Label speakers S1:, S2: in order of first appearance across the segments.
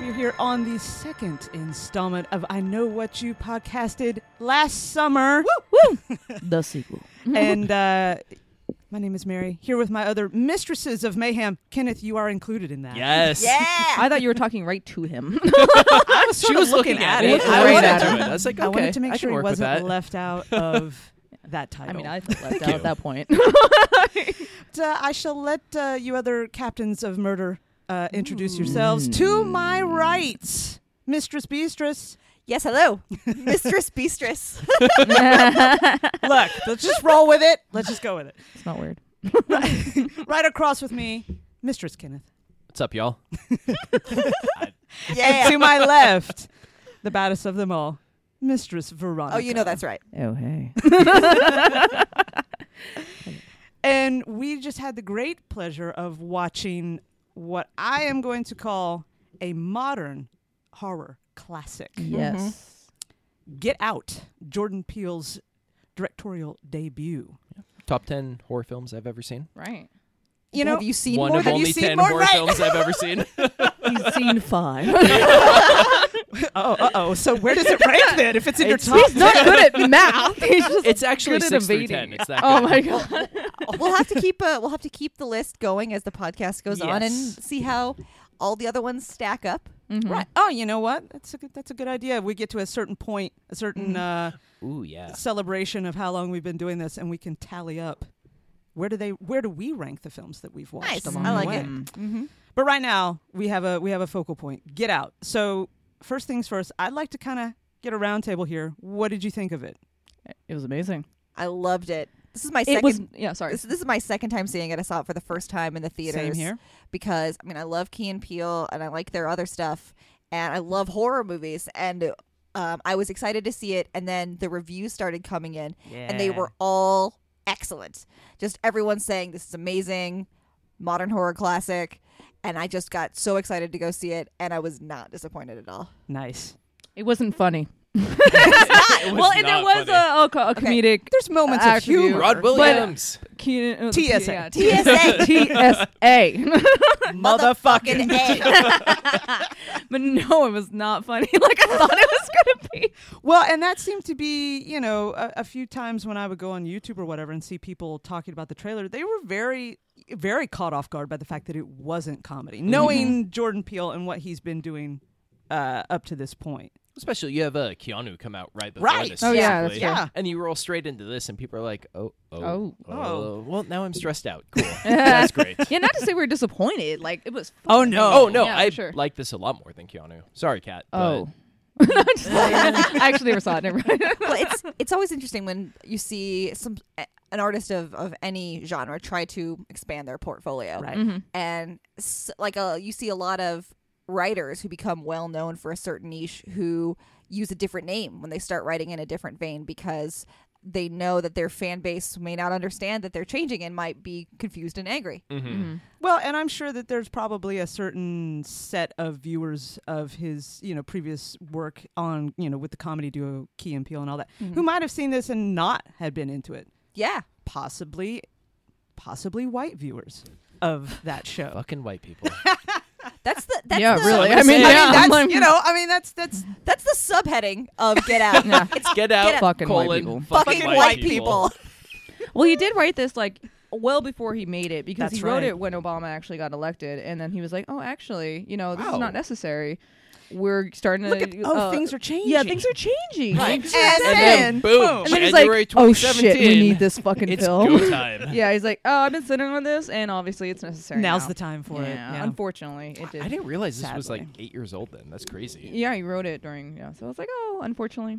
S1: We're here on the second installment of I Know What You podcasted last summer. Woo!
S2: the sequel.
S1: Woo! and uh, my name is Mary, here with my other mistresses of mayhem. Kenneth, you are included in that.
S3: Yes.
S4: Yeah.
S2: I thought you were talking right to him.
S1: I was sort
S3: She
S1: of
S3: was looking, at it.
S2: it.
S3: I
S2: Right
S3: was
S2: at
S3: into
S1: it.
S3: it. I was like, okay.
S1: I wanted to make
S3: I can
S1: sure he
S3: work with
S1: wasn't
S3: that.
S1: left out of that title.
S2: I mean, I felt left
S3: Thank
S2: out
S3: you.
S2: at that point.
S1: But, uh, I shall let uh, you other captains of murder uh, introduce yourselves. To my
S3: Mm.
S1: right, Mistress Beatrice.
S4: Yes, hello, Mistress Beastress.
S1: Look, let's just roll with it. Let's just go with it.
S2: it's not weird.
S1: Right across with me, Mistress Kenneth.
S3: What's up, y'all?
S4: Yeah.
S1: To my left, the baddest of them all, Mistress Veronica.
S4: Oh, you know that's right.
S2: Oh hey. Mm-hmm.
S1: And we just had the great pleasure of watching what I am going to call a modern horror classic.
S2: yes.
S1: Get Out, Jordan Peele's directorial debut.
S3: Top 10 horror films I've ever seen.
S2: Right.
S1: You know,
S4: have you seen
S3: One
S4: more?
S3: of
S4: Have
S3: only
S4: you seen
S3: 10
S4: more?
S3: horror
S4: Right.
S3: films I've ever seen.
S2: He's seen five.
S1: oh, uh oh. So where does it rank then if it's in
S3: It's-
S1: your top?
S2: He's not good at math. He's just
S3: It's actually
S2: good at
S3: 6 through
S2: evading.
S3: 10. It's that
S2: Oh
S3: good.
S2: my god.
S4: we'll have to keep. Uh, we'll have to keep the list going as the podcast goes on and
S1: Yes.
S4: see how all the other ones stack up.
S2: Mm-hmm.
S1: Right. Oh, you know what? That's a good, that's a good idea. We get to a certain point, a certain uh,
S3: Ooh, yeah.
S1: celebration of how long we've been doing this, and we can tally up. Where do they? Where do we rank the films that we've watched?
S4: Nice.
S1: Along
S4: I
S1: the
S4: like
S1: way?
S4: it. Mm-hmm.
S1: But right now we have a we have a focal point. Get out. So first things first, I'd like to kind of get a roundtable here. What did you think of it?
S2: It was amazing.
S4: I loved it. This is my
S2: it
S4: second.
S2: was yeah, sorry.
S4: this, this is my second time seeing it. I saw it for the first time in the theaters.
S1: Same here.
S4: because I mean I love Key and Peele and I like their other stuff and I love horror movies and um, I was excited to see it and then the reviews started coming in and they
S1: Yeah.
S4: were all excellent. Just everyone saying this is amazing, modern horror classic, and I just got so excited to go see it and I was not disappointed at all.
S1: Nice.
S2: It wasn't funny.
S3: It
S2: well, and there
S3: not
S2: was
S3: funny.
S2: a, a, co- a
S4: Okay.
S2: comedic
S1: There's moments
S2: Uh,
S1: of humor.
S3: Rod Williams.
S2: Keenan, uh,
S1: TSA.
S2: yeah,
S4: TSA.
S2: TSA.
S4: Motherfucking A.
S2: but no, it was not funny. Like I thought it was gonna be.
S1: Well, and that seemed to be, you know, a, a few times when I would go on YouTube or whatever and see people talking about the trailer, they were very, very caught off guard by the fact that it wasn't comedy, knowing Jordan Peele and what he's been doing uh, up to this point.
S3: Especially you have uh, Keanu come out right before
S1: Right.
S3: this.
S2: Oh, yeah, that's
S3: basically.
S1: true. Yeah.
S3: And you roll straight into this, and people are like, oh, oh,
S2: Oh.
S1: Oh.
S3: Well, now I'm stressed out. Cool. that's great.
S2: Yeah, not to say we were disappointed. Like it was.
S1: Oh, no.
S3: Oh, no.
S2: Yeah,
S3: I
S2: sure.
S3: like this a lot more than Keanu. Sorry, Kat. but-
S2: Oh. I actually never saw it. Never mind.
S4: well, it's it's always interesting when you see some an artist of, of any genre try to expand their portfolio,
S2: Mm-hmm.
S1: Right.
S4: and s like a, you see a lot of writers who become well known for a certain niche who use a different name when they start writing in a different vein because they know that their fan base may not understand that they're changing and might be confused and angry.
S1: Well, and I'm sure that there's probably a certain set of viewers of his, you know, previous work on, you know, with the comedy duo Key and Peele and all that, who might have seen this and not had been into it.
S4: Yeah,
S1: Possibly, possibly white viewers of that show.
S3: Fucking white people.
S4: that's the that's
S2: yeah,
S4: the,
S2: really.
S3: I'm
S2: I mean,
S3: saying-
S2: yeah,
S1: that's
S2: I'm like,
S1: you know, I mean that's that's
S4: that's the subheading of Get Out.
S2: Yeah.
S4: It's
S3: Get out,
S4: out,
S2: fucking white
S3: colon,
S2: people.
S4: fucking white, people.
S2: Well, he did write this like well before he made it because
S1: That's
S2: he wrote
S1: right.
S2: it when Obama actually got elected, and then he was like, "Oh, actually, you know, this
S3: Wow.
S2: is not necessary. We're starting
S1: look
S2: to
S1: at oh
S2: uh,
S1: things are changing.
S2: yeah, things are changing."
S4: Right.
S2: Things are
S4: And
S3: And
S1: Then,
S2: happening.
S3: then, boom,
S2: And then he's
S3: January
S2: like, "Oh
S3: 2017.
S2: shit, we need this fucking
S3: It's
S2: film."
S3: go time.
S2: yeah, he's like, "Oh, I've been sitting on this, and obviously it's necessary."
S1: now's
S2: now."
S1: the time for it.
S2: yeah,
S1: Yeah.
S2: unfortunately, it did.
S3: I didn't realize this was
S1: Sadly.
S3: like eight years old then. That's crazy.
S2: Yeah, he wrote it during. Yeah, so I was like, oh, unfortunately,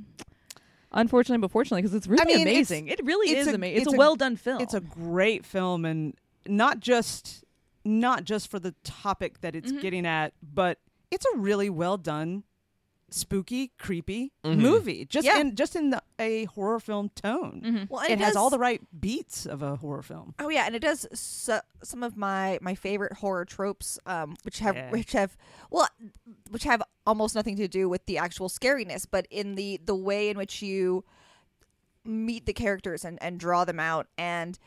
S2: unfortunately, but fortunately, because it's really
S1: mean, it's-
S2: amazing. It really
S1: it's
S2: is
S1: a-
S2: amazing. It's,
S1: it's
S2: a
S1: a-
S2: well done film.
S1: It's a great film and not just not just for the topic that it's getting at, but it's a really well done spooky, creepy movie. Just
S4: Yeah.
S1: in just in the, a horror film tone.
S2: Mm-hmm.
S4: Well,
S1: Mm-hmm.
S4: and
S1: It, has
S4: does-
S1: all the right beats of a horror film.
S4: Oh yeah, and it does so, some of my my favorite horror tropes, um, which have
S1: Yeah.
S4: which have well, which have almost nothing to do with the actual scariness, but in the the way in which you meet the characters and and draw them out, and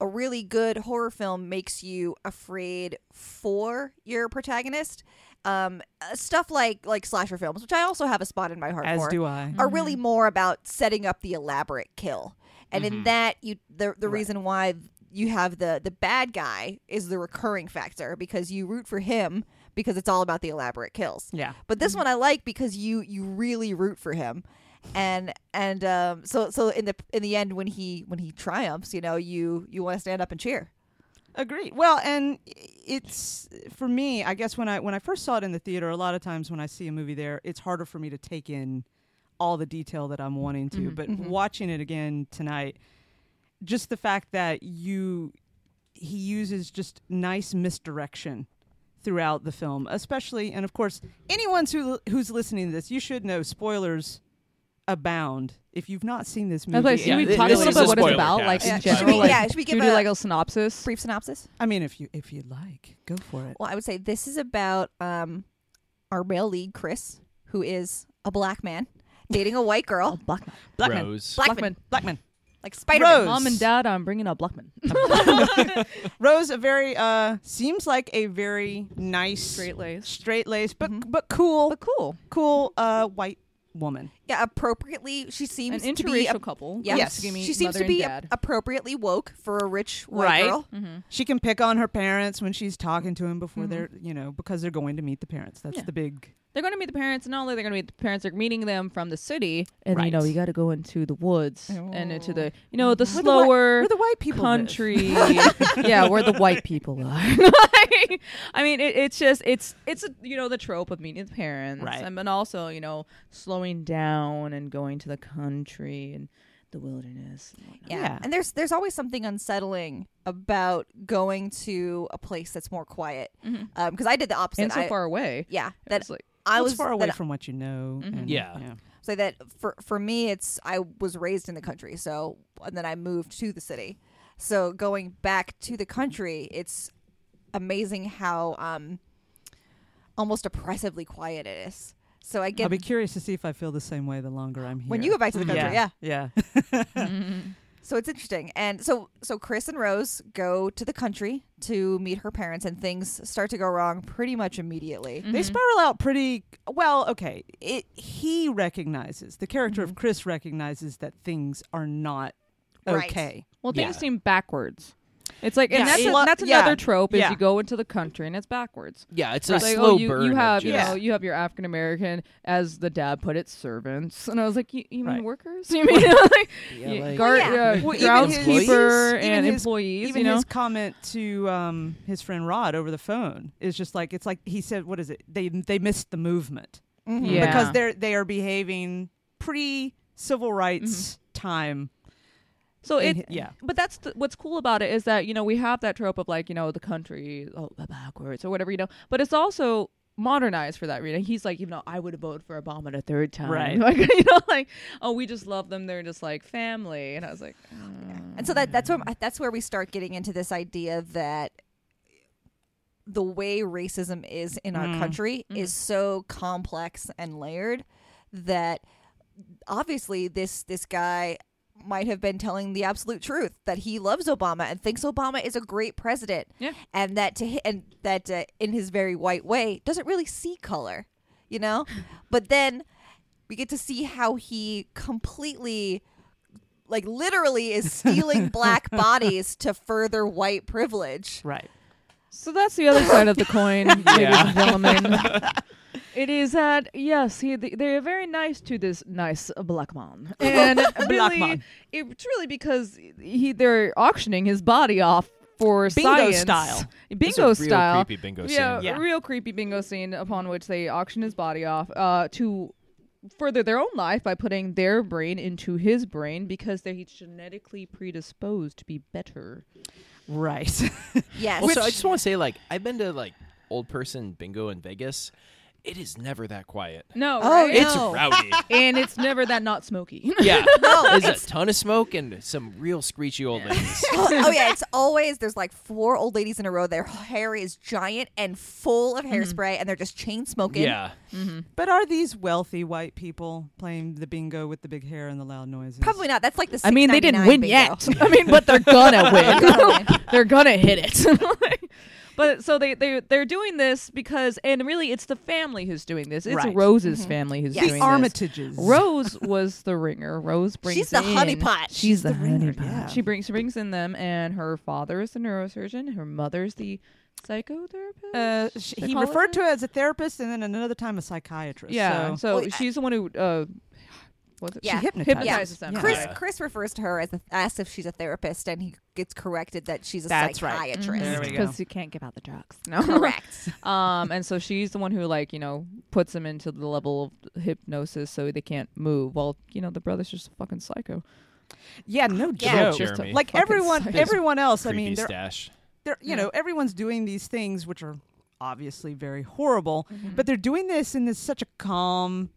S4: a really good horror film makes you afraid for your protagonist, um, uh, stuff like like slasher films, which I also have a spot in my heart
S1: As
S4: for,
S1: do I.
S4: are really more about setting up the elaborate kill. And in that, you the the
S1: Right.
S4: reason why you have the the bad guy is the recurring factor because you root for him because it's all about the elaborate kills.
S1: Mm-hmm. Yeah.
S4: But this one I like because you you really root for him, and and um, so so in the in the end when he when he triumphs, you know you you want to stand up and cheer.
S1: Agreed. Well, and it's for me. I guess when I when I first saw it in the theater, a lot of times when I see a movie there, it's harder for me to take in all the detail that I'm wanting to.
S2: Mm-hmm.
S1: But watching it again tonight, just the fact that you he uses just nice misdirection throughout the film, especially and of course anyone who who's listening to this, you should know spoilers abound if you've not seen this movie.
S2: That's why should
S3: Yeah,
S2: we
S3: thi-
S2: talk a
S3: this
S2: little
S3: is a
S2: bit what it's
S3: spoiler
S2: about, like
S3: cast.
S4: Yeah,
S2: in
S4: should we-
S2: general. like,
S4: yeah, should we
S2: should
S4: give
S2: do
S4: a-
S2: like a synopsis?
S4: Brief synopsis.
S1: I mean, if you if you like, go for it.
S4: Well, I would say this is about um, our male lead Chris, who is a black man dating a white girl,
S2: Blackman.
S1: Blackman,
S3: Rose.
S4: blackman,
S2: Blackman.
S1: Blackman.
S4: like Spider Man.
S1: Rose.
S2: Mom and Dad, I'm bringing up Blackman.
S1: Rose, a very uh, seems like a very nice,
S2: Straight lace.
S1: straight laced, but
S4: Mm-hmm.
S1: but cool,
S2: But cool.
S1: cool uh, white woman.
S4: Yeah, appropriately, she
S2: An
S4: seems to be.
S2: interracial
S4: a-
S2: couple.
S4: yeah,
S1: Yes.
S2: Give me
S4: she seems
S2: mother
S4: to
S2: and
S4: be a-
S2: dad. Mm-hmm.
S4: appropriately woke for a rich white
S1: Right.
S4: girl.
S1: She can pick on her parents when she's talking to him before
S4: Mm-hmm.
S1: they're you know because they're going to meet the parents. That's
S2: Yeah.
S1: the big
S2: They're going to meet the parents, and not only they're going to meet the parents, they're meeting them from the city, and
S1: Right.
S2: you know you got to go into the woods and into the you know the
S1: Where the whi-
S2: slower
S1: where the white people live.
S2: country. yeah, where the white people are. I mean, it, it's just it's it's you know the trope of meeting the parents,
S1: Right.
S2: and, and also you know slowing down and going to the country and the wilderness. and whatnot.
S4: Yeah.
S1: Yeah.
S4: And there's there's always something unsettling about going to a place that's more quiet. Because I did the opposite.
S2: Mm-hmm. and so
S4: I-
S2: far away.
S4: yeah.
S2: That,
S4: That
S2: it's like
S4: I
S1: it's
S4: was
S1: far away
S4: that- Mm-hmm.
S1: from what you know. and-
S3: Yeah.
S4: so that for for me it's I was raised in the country, so and then I moved to the city. So going back to the country, it's amazing how um almost oppressively quiet it is. So I
S1: I'll
S4: get
S1: be curious to see if I feel the same way the longer I'm here.
S4: when you go back to the country, yeah.
S1: yeah,
S2: mm-hmm.
S4: So it's interesting. And so so Chris and Rose go to the country to meet her parents and things start to go wrong pretty much immediately.
S1: They spiral out pretty well. Okay, it, he recognizes the character of Chris recognizes that things are not
S4: Right.
S1: okay.
S2: well, things
S3: Yeah.
S2: seem backwards. It's like,
S1: Yeah,
S2: and that's,
S1: it-
S2: a, that's
S1: yeah.
S2: another trope is
S1: Yeah.
S2: you go into the country and it's backwards.
S3: Yeah, it's a
S2: like,
S3: slow
S2: oh, you,
S3: burn.
S2: You
S3: of
S2: have, you
S3: just-
S2: know, you have your African American, as the dad put it, servants. And I was like, you, you mean
S1: Right.
S2: workers? You mean like,
S3: Yeah, like-
S2: guard,
S4: Yeah.
S2: uh,
S1: Well, even his-
S2: groundskeeper
S1: even
S2: and
S1: his-
S2: employees?
S1: Even
S2: you know,
S1: his comment to um, his friend Rod over the phone is just like it's like he said. What is it? They they missed the movement
S2: Yeah.
S1: because they're they are behaving pre civil rights time.
S2: so
S1: in
S2: it,
S1: hi- yeah.
S2: But that's the, what's cool about it is that you know we have that trope of like you know the country oh, backwards or whatever you know, but it's also modernized for that reason. He's like, you know, I would vote for Obama a third time,
S1: Right.
S2: Like you know, like oh, we just love them. They're just like family, and I was like, "Mm."
S4: And so that that's where that's where we start getting into this idea that the way racism is in our country is so complex and layered that obviously this this guy might have been telling the absolute truth that he loves Obama and thinks Obama is a great president.
S2: Yeah.
S4: And that to hi- and that uh, in his very white way doesn't really see color, you know? but then we get to see how he completely like literally is stealing black bodies to further white privilege.
S1: Right.
S2: So that's the other side of the coin, ladies
S3: Yeah.
S2: and gentlemen. It is that yes, he, they are very nice to this nice black man, and really,
S1: man.
S2: it's really because he they're auctioning his body off for
S1: Bingo
S2: science.
S1: style.
S3: It's a
S2: bingo
S3: real
S2: style,
S3: creepy bingo
S2: yeah,
S3: scene.
S1: Yeah.
S2: real creepy bingo scene upon which they auction his body off uh, to further their own life by putting their brain into his brain because they're genetically predisposed to be better.
S1: Right.
S4: Yes.
S3: Also, I just want to say, like, I've been to like old person bingo in Vegas. It is never that quiet.
S2: No,
S4: Oh,
S2: right?
S3: It's
S4: No.
S3: rowdy.
S2: and it's never that not smoky.
S3: Yeah,
S4: No,
S3: there's
S4: it's-
S3: a ton of smoke and some real screechy old ladies.
S4: oh, oh, yeah, it's always there's like four old ladies in a row. Their hair is giant and full of hairspray, and they're just chain smoking.
S3: yeah,
S1: but are these wealthy white people playing the bingo with the big hair and the loud noises?
S4: Probably not. That's like the.
S2: I mean, they didn't
S4: $6.99
S2: win
S4: bingo.
S2: yet. I mean, but they're gonna win.
S4: They're gonna win.
S2: they're gonna hit it. but but so they they they're doing this because, and really, it's the family who's doing this. It's
S1: Right.
S2: Rose's family who's
S4: Yes.
S2: doing this.
S1: Armitages.
S2: Rose was the ringer. Rose brings
S4: She's the
S2: in-
S4: honey pot.
S2: She's the,
S1: ringer,
S2: honey pot.
S1: yeah.
S2: She brings she brings in them, and her father is the neurosurgeon. Her mother's the psychotherapist.
S1: Uh, sh-
S2: They
S1: he
S2: call it
S1: referred
S2: that?
S1: to her as a therapist and then another time a psychiatrist.
S2: Yeah,
S1: So.
S2: so
S4: Well, I-
S2: she's the one who uh, was it?
S4: Yeah. She
S1: hypnotized.
S2: hypnotizes them.
S1: Yeah.
S4: Chris
S3: Yeah.
S4: Chris refers to her as a, as if she's a therapist, and he gets corrected that she's a
S1: That's right.
S4: psychiatrist.
S1: There
S3: Mm-hmm.
S1: we go.
S2: because Mm-hmm. you can't give out the drugs. No,
S4: Correct.
S2: um, and so she's the one who like you know puts them into the level of hypnosis so they can't move. Well, you know the brother's just a fucking psycho.
S1: Yeah, no
S4: Yeah.
S1: joke.
S2: Just a
S3: Jeremy.
S1: Like
S2: fucking
S1: everyone,
S2: psycho.
S1: everyone else. I
S3: Creepy
S1: mean, they're
S3: stash.
S1: they're you
S2: Yeah.
S1: know everyone's doing these things which are obviously very horrible
S2: Mm-hmm.
S1: but they're doing this in this such a calm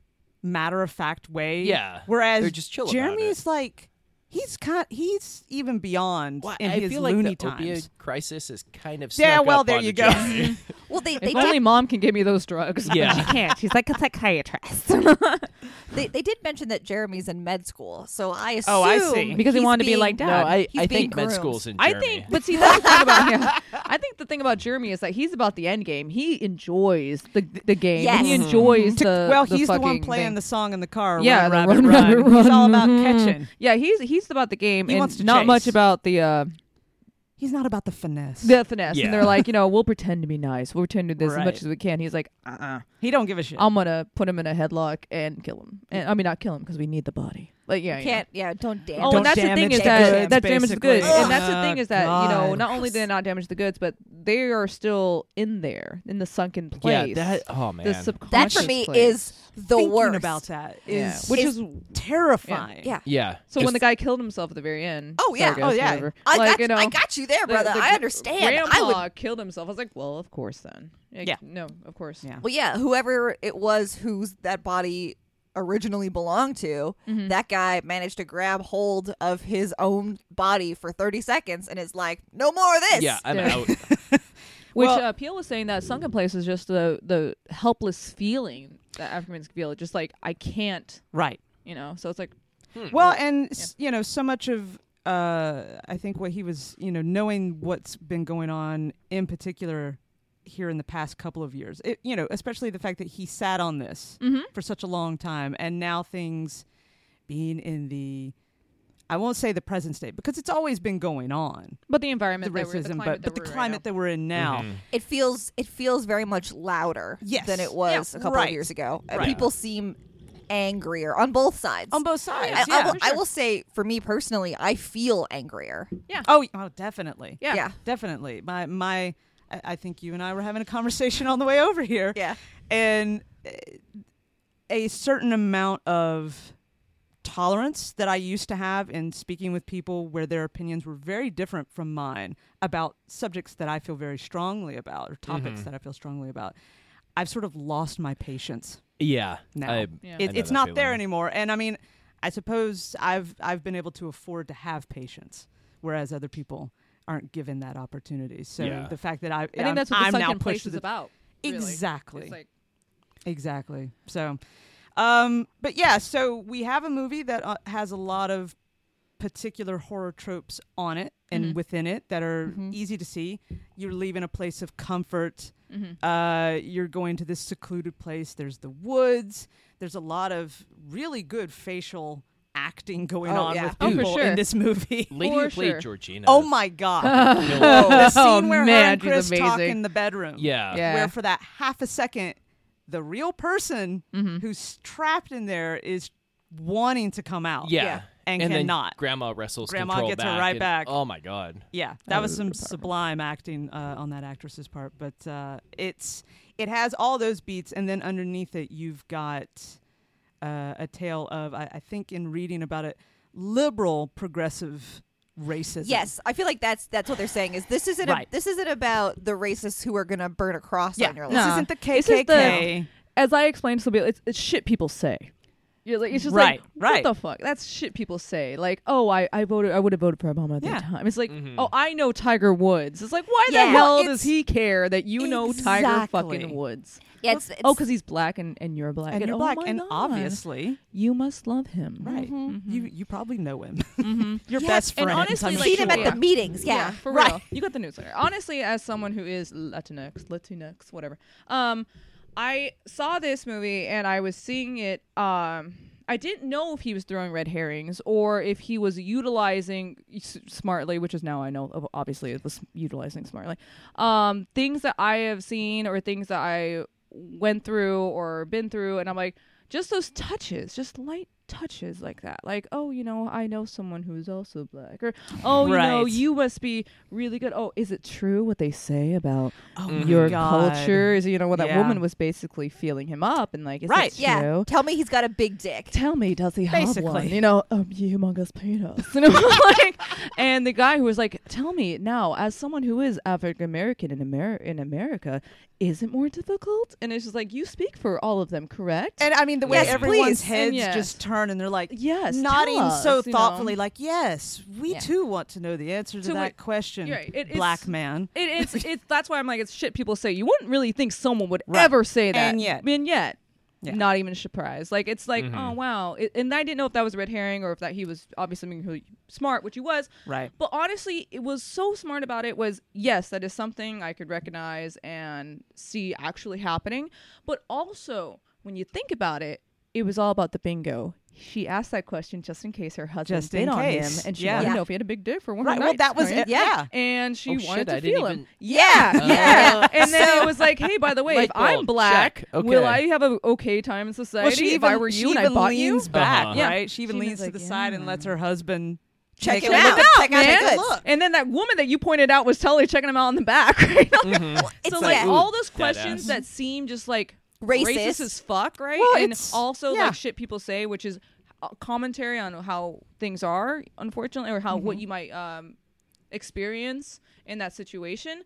S1: matter of fact way
S3: Yeah.
S1: whereas
S3: They're just chill about
S1: jeremy
S3: it.
S1: is like he's kind he's even beyond
S3: Well,
S1: in
S3: I
S1: his
S3: feel like
S1: loony
S3: the
S1: times
S3: opioid crisis is kind of
S1: Yeah,
S3: snuck
S1: well,
S3: up
S1: there
S3: onto
S1: you go.
S3: Jeremy.
S4: Well, they they
S2: If
S4: did,
S2: only mom can give me those drugs.
S3: Yeah.
S2: she can't. She's like a psychiatrist
S4: they, they did mention that Jeremy's in med school, so I assume
S1: Oh, I see.
S2: because he
S4: he's
S2: wanted to be
S4: being-
S2: like
S3: no,
S2: dad.
S3: I,
S4: He's
S3: I
S4: being
S3: think med
S4: groomed.
S3: school's in
S2: I
S3: Jeremy.
S2: think, but see, that's the thing about him. I think the thing about Jeremy is that he's about the end game. He enjoys the the game.
S4: Yes.
S2: He enjoys the
S1: well he's the, one
S2: fucking
S1: playing
S2: thing.
S1: the song in the car
S2: yeah,
S1: run,
S2: the
S1: rabbit, run.
S2: rabbit
S1: he's all about
S2: Mhm.
S1: catching
S2: Yeah, he's he's about the game
S1: He
S2: and
S1: wants to
S2: not much
S1: chase.
S2: about the uh
S1: he's not about the finesse
S2: the finesse. And they're
S3: Yeah.
S2: like, you know, we'll pretend to be nice. We'll pretend to do this as
S1: Right.
S2: much as we can. He's like, uh-uh.
S1: he don't give a shit
S2: I'm gonna put him in a headlock and kill him. And I mean, not kill him because we need the body. Like, yeah,
S4: You
S2: yeah.
S4: can't, yeah, don't damn.
S2: Oh,
S1: Don't
S2: and that's the thing
S1: damage
S2: is
S1: the
S2: that
S1: goods,
S2: that damage the
S1: basically.
S2: goods,
S4: Ugh.
S2: and that's
S3: Oh,
S2: the thing is that you know
S1: God.
S2: not only did they not damage the goods, but they are still in there in the sunken
S3: yeah,
S2: place.
S3: that. Oh man,
S2: the
S4: that
S2: subconscious
S4: for me
S2: place.
S4: is the
S1: Thinking
S4: worst.
S1: about that is
S2: yeah. which
S4: is-
S2: is,
S1: terrifying
S4: Yeah.
S3: yeah.
S2: so when
S3: just-
S2: the guy killed himself at the very end.
S4: Oh, yeah.
S2: Sargas,
S1: Oh, yeah.
S2: whatever,
S4: I,
S2: like
S4: got,
S2: you know,
S4: I got you there,
S2: the-
S4: brother.
S2: the
S4: I
S2: gr-
S4: understand. I
S2: Grandpa
S4: would
S2: killed himself. I was like, well, of course then. Like,
S1: Yeah.
S2: No, of course.
S1: Yeah.
S4: Well, yeah, whoever it was who's that body originally belonged to, that guy managed to grab hold of his own body for 30 seconds and is like, no more of this.
S3: Yeah, I'm
S2: Yeah.
S3: out.
S2: Which
S1: Well-
S2: uh, Peel was saying that sunken place is just the the helpless feeling that Africans feel. It's Just like I can't,
S1: right
S2: you know. So it's like
S1: Well, and s you know, so much of uh, I think what he was, you know, knowing what's been going on in particular here in the past couple of years, it, you know, especially the fact that he sat on this
S2: Mm-hmm.
S1: for such a long time, and now things being in the I won't say the present state because it's always been going on
S2: But the
S1: the
S2: environment, that we're, the
S1: racism,
S2: climate
S1: but
S2: that
S1: but the
S2: we're in right
S1: climate
S2: now.
S1: that we're in now,
S4: It feels it feels very much louder
S1: Yes.
S4: than it was
S1: Yeah,
S4: a couple
S1: right.
S4: of years ago. Uh,
S1: Right.
S4: People seem angrier on both sides.
S1: on both sides.
S4: I, I
S1: yeah.
S4: will, I will say, for me personally, I feel angrier.
S1: Oh, y- oh, definitely.
S2: Yeah.
S4: Yeah.
S1: definitely. My my, I I think you and I were having a conversation on the way over here.
S4: Yeah.
S1: and uh, a certain amount of tolerance that I used to have in speaking with people where their opinions were very different from mine about subjects that I feel very strongly about or topics that I feel strongly about. I've sort of lost my patience
S3: Yeah,
S1: now.
S3: I-
S2: Yeah.
S1: It-
S3: I know
S1: it's
S3: that
S1: not there
S3: feeling.
S1: anymore. And I mean, I suppose I've I've been able to afford to have patience, whereas other people aren't given that opportunity. So
S3: Yeah.
S1: the fact that I,
S2: I think that's what
S1: I'm
S2: the
S1: now
S2: sunken
S1: pushed
S2: place
S1: to
S2: is
S1: the-
S2: about. really.
S1: Exactly.
S2: It's like,
S1: Exactly. So, um, but yeah, so we have a movie that uh, has a lot of particular horror tropes on it and
S2: Mm-hmm.
S1: within it that are easy to see. You're leaving a place of comfort.
S2: Mm-hmm.
S1: Uh, you're going to this secluded place. There's the woods. There's a lot of really good facial acting going
S4: Oh,
S1: on
S4: yeah.
S1: with
S2: Oh, for
S1: people in
S2: sure.
S1: this movie.
S3: Lady
S2: For
S3: who played
S2: sure.
S3: Georgina.
S1: oh my god!
S3: my.
S1: the scene where her
S2: Oh, man,
S1: and Chris
S2: she's
S1: talk
S2: amazing.
S1: in the bedroom
S3: yeah.
S2: Yeah.
S1: where for that half a second, the real person who's trapped in there is wanting to come out.
S3: Yeah.
S4: Yeah.
S1: And
S3: then
S1: cannot.
S3: Grandma wrestles
S1: Grandma
S3: control
S1: gets her
S3: back
S1: right
S3: and-
S1: back.
S3: Oh my god.
S1: Yeah, that was some sublime acting uh, on that actress's part, but uh, it's it has all those beats, and then underneath it, you've got uh, a tale of I, I think in reading about it, liberal progressive racism.
S4: Yes, I feel like that's that's what they're saying. Is this isn't
S1: Right.
S4: a, this isn't about the racists who are going to burn a cross
S1: yeah,
S4: on your
S1: this
S4: life.
S2: No.
S1: isn't the
S2: This is the-
S1: KKK.
S2: as I explained to somebody, it's, it's shit people say. You're like, it's just
S1: Right,
S2: like, what
S1: right.
S2: the fuck? That's shit people say. Like, oh, I, I voted, I would have voted for Obama at
S1: Yeah.
S2: that time. It's like, oh, I know Tiger Woods. It's like, why
S4: Yeah.
S2: the hell
S4: Well,
S2: does
S4: it's-
S2: he care that you know Tiger
S1: Exactly.
S2: fucking Woods?
S4: Yeah, it's, it's
S2: oh, because he's black and, and you're black.
S1: and you're
S2: oh
S1: black,
S2: my
S1: and
S2: God.
S1: obviously,
S2: You must love him.
S1: right? You you probably know him. Your
S4: Yeah,
S1: best friend.
S2: and honestly,
S1: I'm
S2: like,
S4: see them at
S2: Yeah.
S4: the meetings. Yeah,
S2: for
S4: right.
S2: real. You got the newsletter. Honestly, as someone who is Latinx, Latinx, whatever. Um, I saw this movie and I was seeing it. Um, I didn't know if he was throwing red herrings or if he was utilizing s- smartly, which is now I know ob- obviously it was utilizing smartly. Um, things that I have seen or things that I went through or been through, and I'm like, just those touches, just light touches like that. Like, oh, you know, I know someone who's also black, or oh, you know,
S1: Right.
S2: you must be really good. Oh, is it true what they say about
S1: Oh my
S2: your
S1: God.
S2: culture? Is you know what that
S1: Yeah.
S2: woman was basically feeling him up and like, is
S1: Right.
S2: it
S4: Yeah,
S2: true?
S4: tell me he's got a big dick.
S2: Tell me, does he have
S1: Basically.
S2: one? You know, um, you humongous penis. You know, like, and the guy who was like, "Tell me now, as someone who is African American in Amer- in America, is it more difficult?" And it's just like, "You speak for all of them, correct?"
S1: And I mean, the way
S4: Yes,
S1: everyone's
S4: please.
S1: heads
S2: And yes.
S1: just turn and they're like,
S2: Yes,
S1: nodding
S2: tell us,
S1: so
S2: you know.
S1: thoughtfully, like, yes, we
S2: Yeah.
S1: too want to know the answer to
S2: So
S1: that
S2: it-
S1: question,
S2: you're right, it- it's-
S1: black man.
S2: It, it's it's that's why I'm like it's shit people say. You wouldn't really think someone would
S1: Right.
S2: ever say that,
S1: And yet.
S2: and yet,
S1: Yeah.
S2: not even surprised. Like it's like oh wow, it, and I didn't know if that was a red herring or if that he was obviously being really smart, which he was.
S1: Right.
S2: But honestly, it was so smart about it. Was yes, that is something I could recognize and see actually happening. But also, when you think about it, it was all about the bingo. She asked that question just in case her husband
S1: Just in
S2: bid on him,
S1: case.
S2: and she
S1: Yeah.
S2: wanted
S4: Yeah.
S2: to know if he had a big dick for one.
S1: Right.
S2: Of her
S1: Well,
S2: nights,
S1: that was
S2: right?
S1: it. Yeah.
S2: and she
S3: Oh,
S2: wanted
S3: shit,
S2: to
S3: I didn't
S2: feel him.
S3: even-
S2: Yeah,
S3: Oh.
S2: yeah. And then it was like, hey, by the way, if
S3: Light
S2: I'm
S3: bulb,
S2: black,
S3: check. Okay.
S2: will I have a okay time in society? if I were you
S1: she
S2: and I
S1: even
S2: bought you,
S1: leans back,
S3: Uh-huh.
S2: Yeah.
S1: right? She even
S2: She
S1: leans
S2: was
S1: to
S2: like,
S1: the side and
S2: yeah.
S1: lets her husband
S4: Check
S1: take
S4: it
S1: a
S4: out.
S1: look.
S4: Check out
S2: man.
S4: the goods.
S2: And then that woman that you pointed out was totally checking him out in the back, right?
S4: It's
S2: so like
S4: yeah.
S2: all those
S3: Deadass.
S2: questions that seem just like
S4: Racist.
S2: as fuck, right?
S1: Well,
S2: and
S1: it's-
S2: also
S1: yeah.
S2: like shit people say, which is uh, commentary on how things are, unfortunately, or how what you might um, experience in that situation.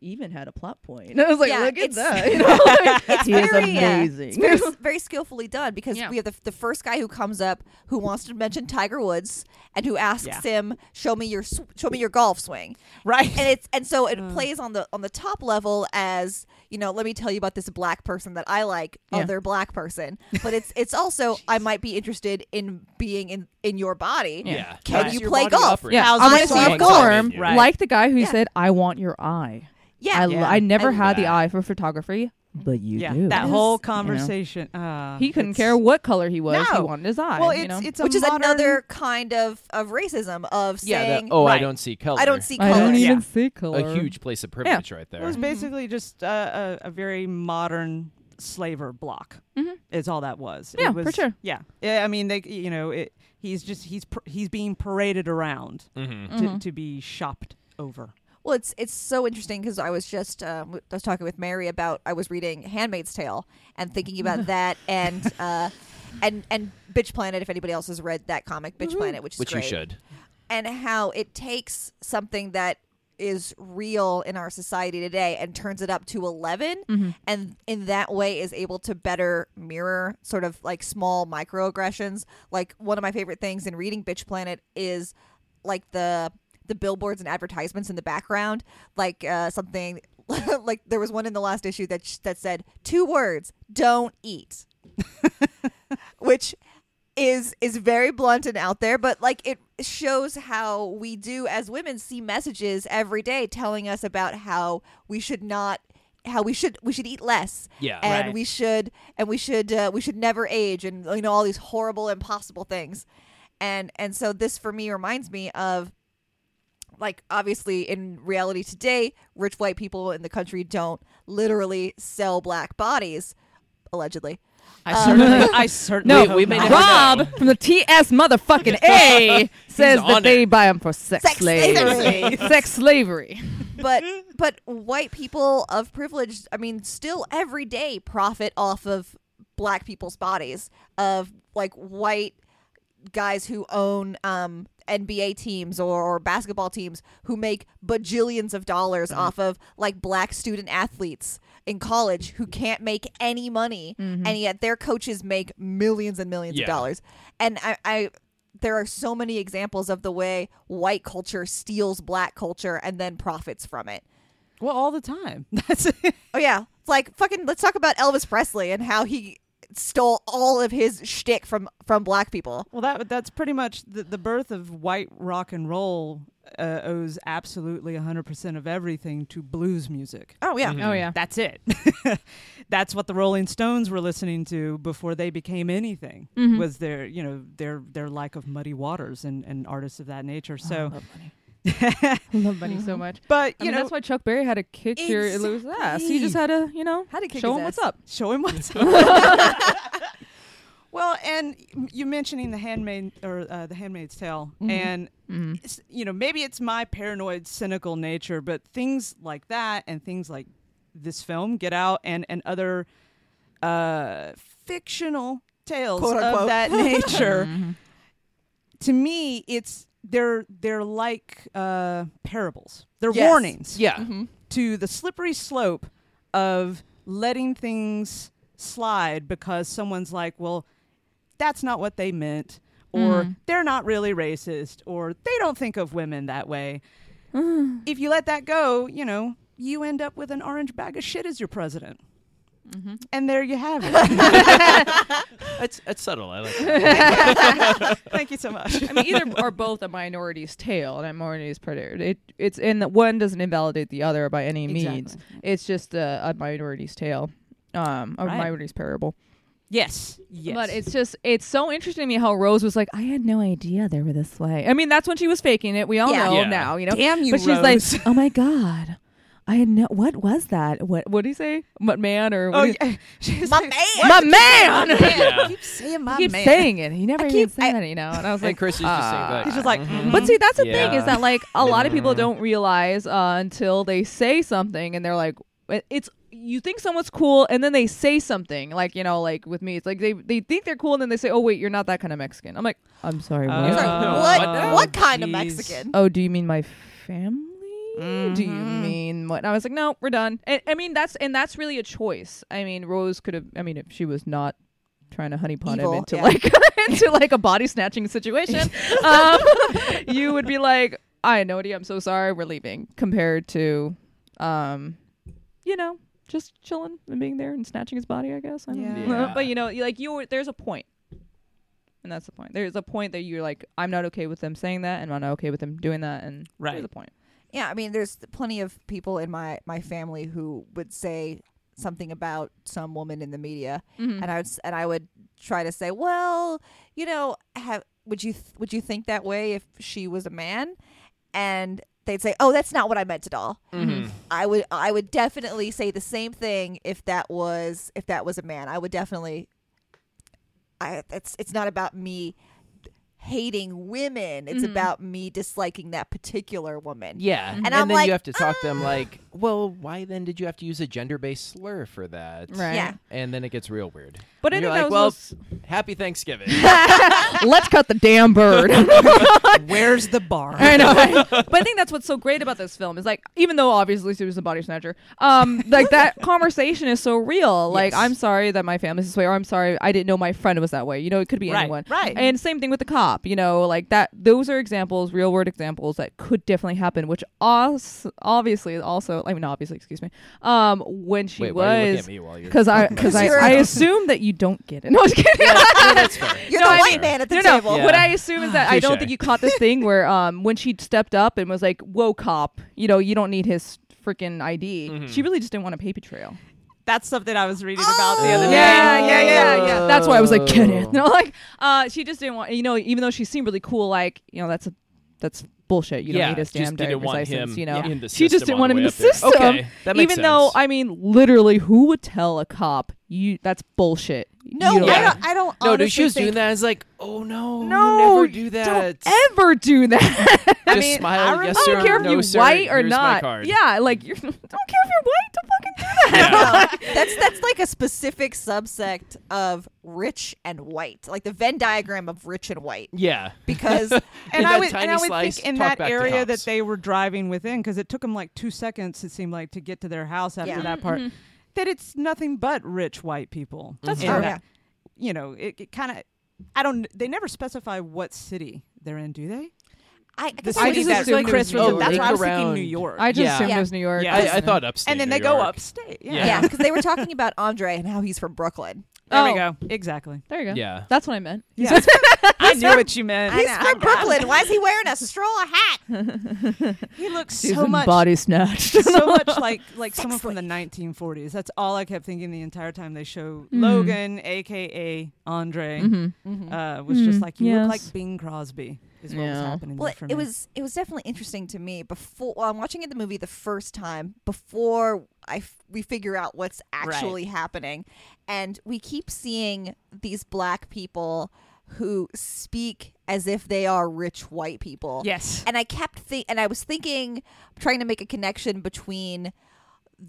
S2: Even had a plot point. And I was like,
S4: Yeah,
S2: look at
S4: it's-
S2: that. You know, like, he is
S4: very, uh,
S2: amazing.
S4: it's very, very skillfully done because
S2: Yeah.
S4: we have the, the first guy who comes up who wants to mention Tiger Woods and who asks
S1: Yeah.
S4: him, "Show me your sw- show me your golf swing."
S1: Right.
S4: And it's and so
S2: Mm.
S4: it plays on the on the top level as you know. Let me tell you about this black person that I like,
S2: Yeah.
S4: other black person. But it's it's also I might be interested in being in in your body.
S3: Yeah.
S4: Can
S1: How's
S4: you
S1: your
S4: play
S1: body
S4: golf?
S3: operating?
S2: yeah,
S1: How's
S2: I'm
S1: your
S2: gonna
S4: swing
S2: see a
S4: going?
S2: form
S3: Right.
S2: like the guy who
S4: Yeah.
S2: said, "I want your eye."
S4: Yeah.
S2: I,
S1: Yeah.
S2: I never
S4: I-
S2: had the
S3: That.
S2: eye for photography, but you
S1: yeah,
S2: do.
S1: that
S4: Yes. You
S1: whole
S4: know.
S1: conversation. Uh,
S2: he couldn't
S1: it's-
S2: care what color he was. He
S1: No.
S2: wanted his eye.
S1: Well,
S2: you
S1: it's
S2: know?
S1: it's a
S4: Which is
S1: modern-
S4: another kind of of racism of
S3: Yeah. that-
S4: saying
S3: oh, I
S1: Right.
S3: don't see color.
S4: I don't see
S2: I
S4: color.
S2: don't even
S1: Yeah.
S2: see color.
S3: a huge place of privilege right
S1: It was
S2: Mm-hmm.
S3: there.
S1: basically just a, a, a very modern slaver block. Is all that was.
S2: Mm-hmm. Yeah,
S1: it
S2: for
S1: was,
S2: sure.
S1: Yeah, yeah. I mean, they, you know, it, he's just he's pr- he's being paraded around to,
S2: Mm-hmm.
S1: to be shopped over.
S4: Well, it's it's so interesting because I was just uh, w- I was talking with Mary about I was reading *Handmaid's Tale* and thinking about that and uh, and and *Bitch Planet*. If anybody else has read that comic, *Bitch Planet*, which is
S3: Which you
S4: great,
S3: should.
S4: and how it takes something that is real in our society today and turns it up to 11
S2: Mm-hmm.
S4: and in that way is able to better mirror sort of like small microaggressions like one of my favorite things in reading bitch planet is like the the billboards and advertisements in the background like uh, something like there was one in the last issue that sh- that said two words don't eat which is is very blunt and out there but like it shows how we do as women see messages every day telling us about how we should not how we should we should eat less
S3: Yeah.
S4: and
S1: Right.
S4: we should and we should uh, we should never age and you know all these horrible impossible things and and so this for me reminds me of like obviously in reality today rich white people in the country don't literally sell black bodies allegedly
S1: I certainly, I certainly.
S2: Uh, No,
S1: hope
S3: we may
S1: not.
S3: never know.
S2: Rob from the TS motherfucking A says
S3: on
S2: that they buy them for sex,
S4: Sex
S2: slavery.
S4: slavery.
S2: sex slavery.
S4: but but white people of privilege i mean still every day profit off of black people's bodies of like white guys who own um NBA teams or, or basketball teams who make bajillions of dollars off of like black student athletes in college who can't make any money, and yet their coaches make millions and millions
S3: Yeah.
S4: of dollars. And I, I, there are so many examples of the way white culture steals black culture and then profits from it.
S1: Well, all the time. That's it.
S4: Oh yeah, it's like fucking. Let's talk about Elvis Presley and how he stole all of his shtick from from black people.
S1: Well, that that's pretty much the, the birth of white rock and roll uh, owes absolutely 100% of everything to blues music.
S4: Oh yeah,
S2: Oh yeah.
S1: That's it. That's what the Rolling Stones were listening to before they became anything.
S2: Mm-hmm.
S1: Was their, you know, their their lack of muddy waters and, and artists of that nature. So,
S2: I love money so much.
S1: but
S2: Oh. I
S1: you
S2: mean,
S1: know,
S2: that's why Chuck Berry had to kick your Lou's ass. He just had to, you know,
S4: Had to kick
S2: show
S4: his
S2: him what's
S4: ass.
S2: up.
S1: show him what's up. Well, and you mentioning the handmaid or uh, the Handmaid's Tale,
S2: Mm-hmm.
S1: and it's- you know maybe it's my paranoid, cynical nature, but things like that and things like this film, Get Out, and and other uh, fictional tales
S4: Quote,
S1: of
S4: unquote.
S1: that nature.
S2: Mm-hmm.
S1: to me, it's they're they're like uh, parables. They're
S4: Yes.
S1: warnings
S3: Yeah.
S1: to the slippery slope of letting things slide because someone's like, well, that's not what they meant, or
S2: Mm-hmm.
S1: they're not really racist, or they don't think of women that way. if you let that go, you know, you end up with an orange bag of shit as your president.
S2: Mm-hmm.
S1: And there you have it.
S3: It's, it's subtle. I like that.
S1: Thank you so much.
S2: I mean, either or both a minority's tale and a minority's predator. It it's in that one doesn't invalidate the other by any means. It's just a, a minority's tale, um, a
S1: Right.
S2: minority's parable.
S1: Yes. Yes.
S2: But it's just it's so interesting to me how Rose was like, I had no idea they were this way. I mean, that's when she was faking it. We all
S4: Yeah.
S2: know
S3: Yeah.
S2: now, you know.
S1: Damn you,
S2: But she's like, oh my god, I had no. What was that? What what do you say? What man or what
S1: oh,
S2: do you-
S1: yeah. She's
S4: My
S1: like,
S4: man.
S2: my man?
S3: Yeah.
S1: keep saying my
S2: He keeps
S1: man.
S2: saying it. He never
S4: I
S2: even
S4: keep-
S2: said
S4: I-
S2: it, you know. And I was
S3: and
S2: like,
S3: Chris is just saying,
S2: "Ah."
S3: like,
S1: He's just like,
S3: mhm.
S2: But see, that's the thing
S3: Yeah.
S2: is that like a lot of people don't realize uh, until they say something and they're like, it- it's you think someone's cool and then they say something like you know like with me it's like they they think they're cool and then they say oh wait you're not that kind of Mexican I'm like I'm sorry
S1: Uh,
S2: what?
S4: Sorry,
S3: no,
S4: what
S3: what now?
S4: what kind of
S1: Jeez.
S4: Mexican?
S2: oh do you mean my family do you
S4: Mm-hmm.
S2: mean what and I was like no we're done and, I mean that's and that's really a choice I mean Rose could have I mean if she was not trying to honeypot him
S4: Evil,
S2: into
S4: yeah.
S2: like into like a body snatching situation um, you would be like, I know, I'm so sorry, we're leaving. Compared to, um, you know, just chilling and being there and snatching his body, I guess. I don't
S1: Yeah.
S2: know.
S3: Yeah.
S2: But you know, you- like you, were- there's a point, and that's the point. There's a point that you're like, I'm not okay with them saying that, and I'm not okay with them doing that, and
S1: Right.
S2: there's a point.
S4: Yeah, I mean, there's plenty of people in my my family who would say something about some woman in the media, and I would s- and I would try to say, well, you know, have would you th- would you think that way if she was a man? And they'd say, oh, that's not what I meant at all.
S3: mm-hmm.
S1: mm-hmm.
S4: I would I would definitely say the same thing if that was if that was a man. I would definitely. I it's it's not about me hating women. It's about me disliking that particular woman.
S3: Yeah, and,
S4: I'm
S3: then
S4: like,
S3: you have to talk to
S1: "Uh."
S3: them like, well, why then did you have to use a gender-based slur for that?
S2: Right.
S4: Yeah.
S3: And then it gets real weird.
S2: But I
S3: And you're
S2: think
S3: like,
S2: that
S3: well,
S2: was
S3: happy Thanksgiving.
S2: Let's cut the damn bird.
S1: Where's the bar?
S2: I know. right? but I think that's what's so great about this film is like, even though obviously she was a body snatcher, um, like that conversation is so real. Like,
S3: Yes.
S2: I'm sorry that my family's this way, or I'm sorry I didn't know my friend was that way. You know, it could be
S1: Right,
S2: anyone.
S1: right.
S2: And same thing with the cop. You know, like that. Those are examples, real world examples that could definitely happen. Which os- obviously also, I mean, obviously, excuse me. Um, when she
S3: Wait,
S2: was.
S3: why are you looking at me while you're?
S2: Because I, because I,
S4: you're-
S2: I assume that you don't get it. No, I'm just kidding.
S3: that's fair.
S4: You're
S2: No,
S4: the
S2: I
S4: white
S2: mean-
S4: man at the
S2: no,
S4: table.
S2: No.
S3: Yeah.
S2: What I assume is that I don't
S3: Touche.
S2: think you caught this thing where um when she stepped up and was like, "Whoa, cop! You know, you don't need his freaking ID."
S3: Mm-hmm.
S2: She really just didn't want a paper trail.
S1: That's something I was reading about the other day.
S2: Oh. Yeah, yeah, yeah, yeah. That's why I was like, "Kenneth,"
S3: Oh.
S2: no, like, uh, she just didn't want. You know, even though she seemed really cool, like, you know, that's a that's bullshit. You don't
S3: yeah,
S2: need his
S3: just
S2: damn
S3: didn't
S2: driver's
S3: want
S2: license.
S3: him
S2: You know,
S3: in the
S2: she just
S3: system
S2: didn't
S3: all
S2: want
S3: the
S2: him in
S3: way
S2: the
S3: up there.
S2: system.
S3: Okay, that makes
S2: even though
S3: sense.
S2: I mean, literally, who would tell a cop you that's bullshit?
S4: No,
S2: You don't-
S4: I
S3: Yeah.
S4: don't. I don't.
S3: no,
S4: honestly
S3: dude, she was
S4: think,
S3: doing that. I was like, oh no,
S2: No,
S3: you never
S2: you
S3: do that.
S2: Don't ever do that.
S3: just
S1: mean,
S3: smile.
S1: I
S3: yes,
S2: I
S3: sir.
S2: don't care if
S3: no,
S2: you're
S3: sir,
S2: white or
S3: here's my
S2: not.
S3: card.
S2: Yeah, like you don't care if you're white. Don't fucking do that.
S4: No, that's that's like a specific subsect of rich and white, like the Venn diagram of rich and white,
S3: Yeah.
S4: because
S1: and
S3: In
S1: I
S3: that
S1: would, and
S3: tiny
S1: I would
S3: slice,
S1: think in
S3: talk
S1: that
S3: back to
S1: area that
S3: cops.
S1: they were driving within, because it took them like two seconds, it seemed like, to get to their house after
S4: Yeah.
S2: Mm-hmm.
S1: that part. that it's nothing but rich white people.
S3: That's
S1: And,
S4: true. Oh, Yeah.
S1: You know, it, it kind of. I don't. They never specify what city they're in, do they?
S4: I,
S1: The
S4: guess
S2: I
S1: city
S2: just
S1: that
S2: assumed it was
S1: Chris
S2: New
S1: was in.
S2: York.
S1: That's why I was
S3: Around-
S1: thinking New York.
S2: I just
S3: Yeah.
S2: assumed
S4: Yeah.
S2: it was New York.
S1: Yeah.
S3: I, I thought upstate.
S1: and then
S3: New
S1: they go
S3: York.
S1: upstate. Yeah.
S4: yeah, because they were talking about Andre and how he's from Brooklyn.
S1: There
S2: Oh.
S1: we go. Exactly.
S2: There you go.
S3: Yeah.
S2: That's what I meant.
S1: Yeah. I knew what you meant.
S4: He's from Brooklyn. Why is he wearing a straw hat?
S1: He looks so much
S2: snatched.
S1: so much like like
S4: Sex
S1: someone from the 1940s. That's all I kept thinking the entire time they show
S4: Mm-hmm.
S1: Logan, aka Andre,
S2: Mm-hmm.
S1: uh, was just
S2: Mm,
S1: like you look
S2: yes.
S1: like Bing Crosby. Is what was
S2: Yeah.
S1: happening
S4: Mm-hmm. Well,
S1: there for
S4: it
S1: me.
S4: was it was definitely interesting to me before well, I'm watching it the movie the first time before I f- we figure out what's actually happening, and we keep seeing these black people who speak as if they are rich white people.
S1: yes.
S4: And I kept think, and I was thinking, trying to make a connection between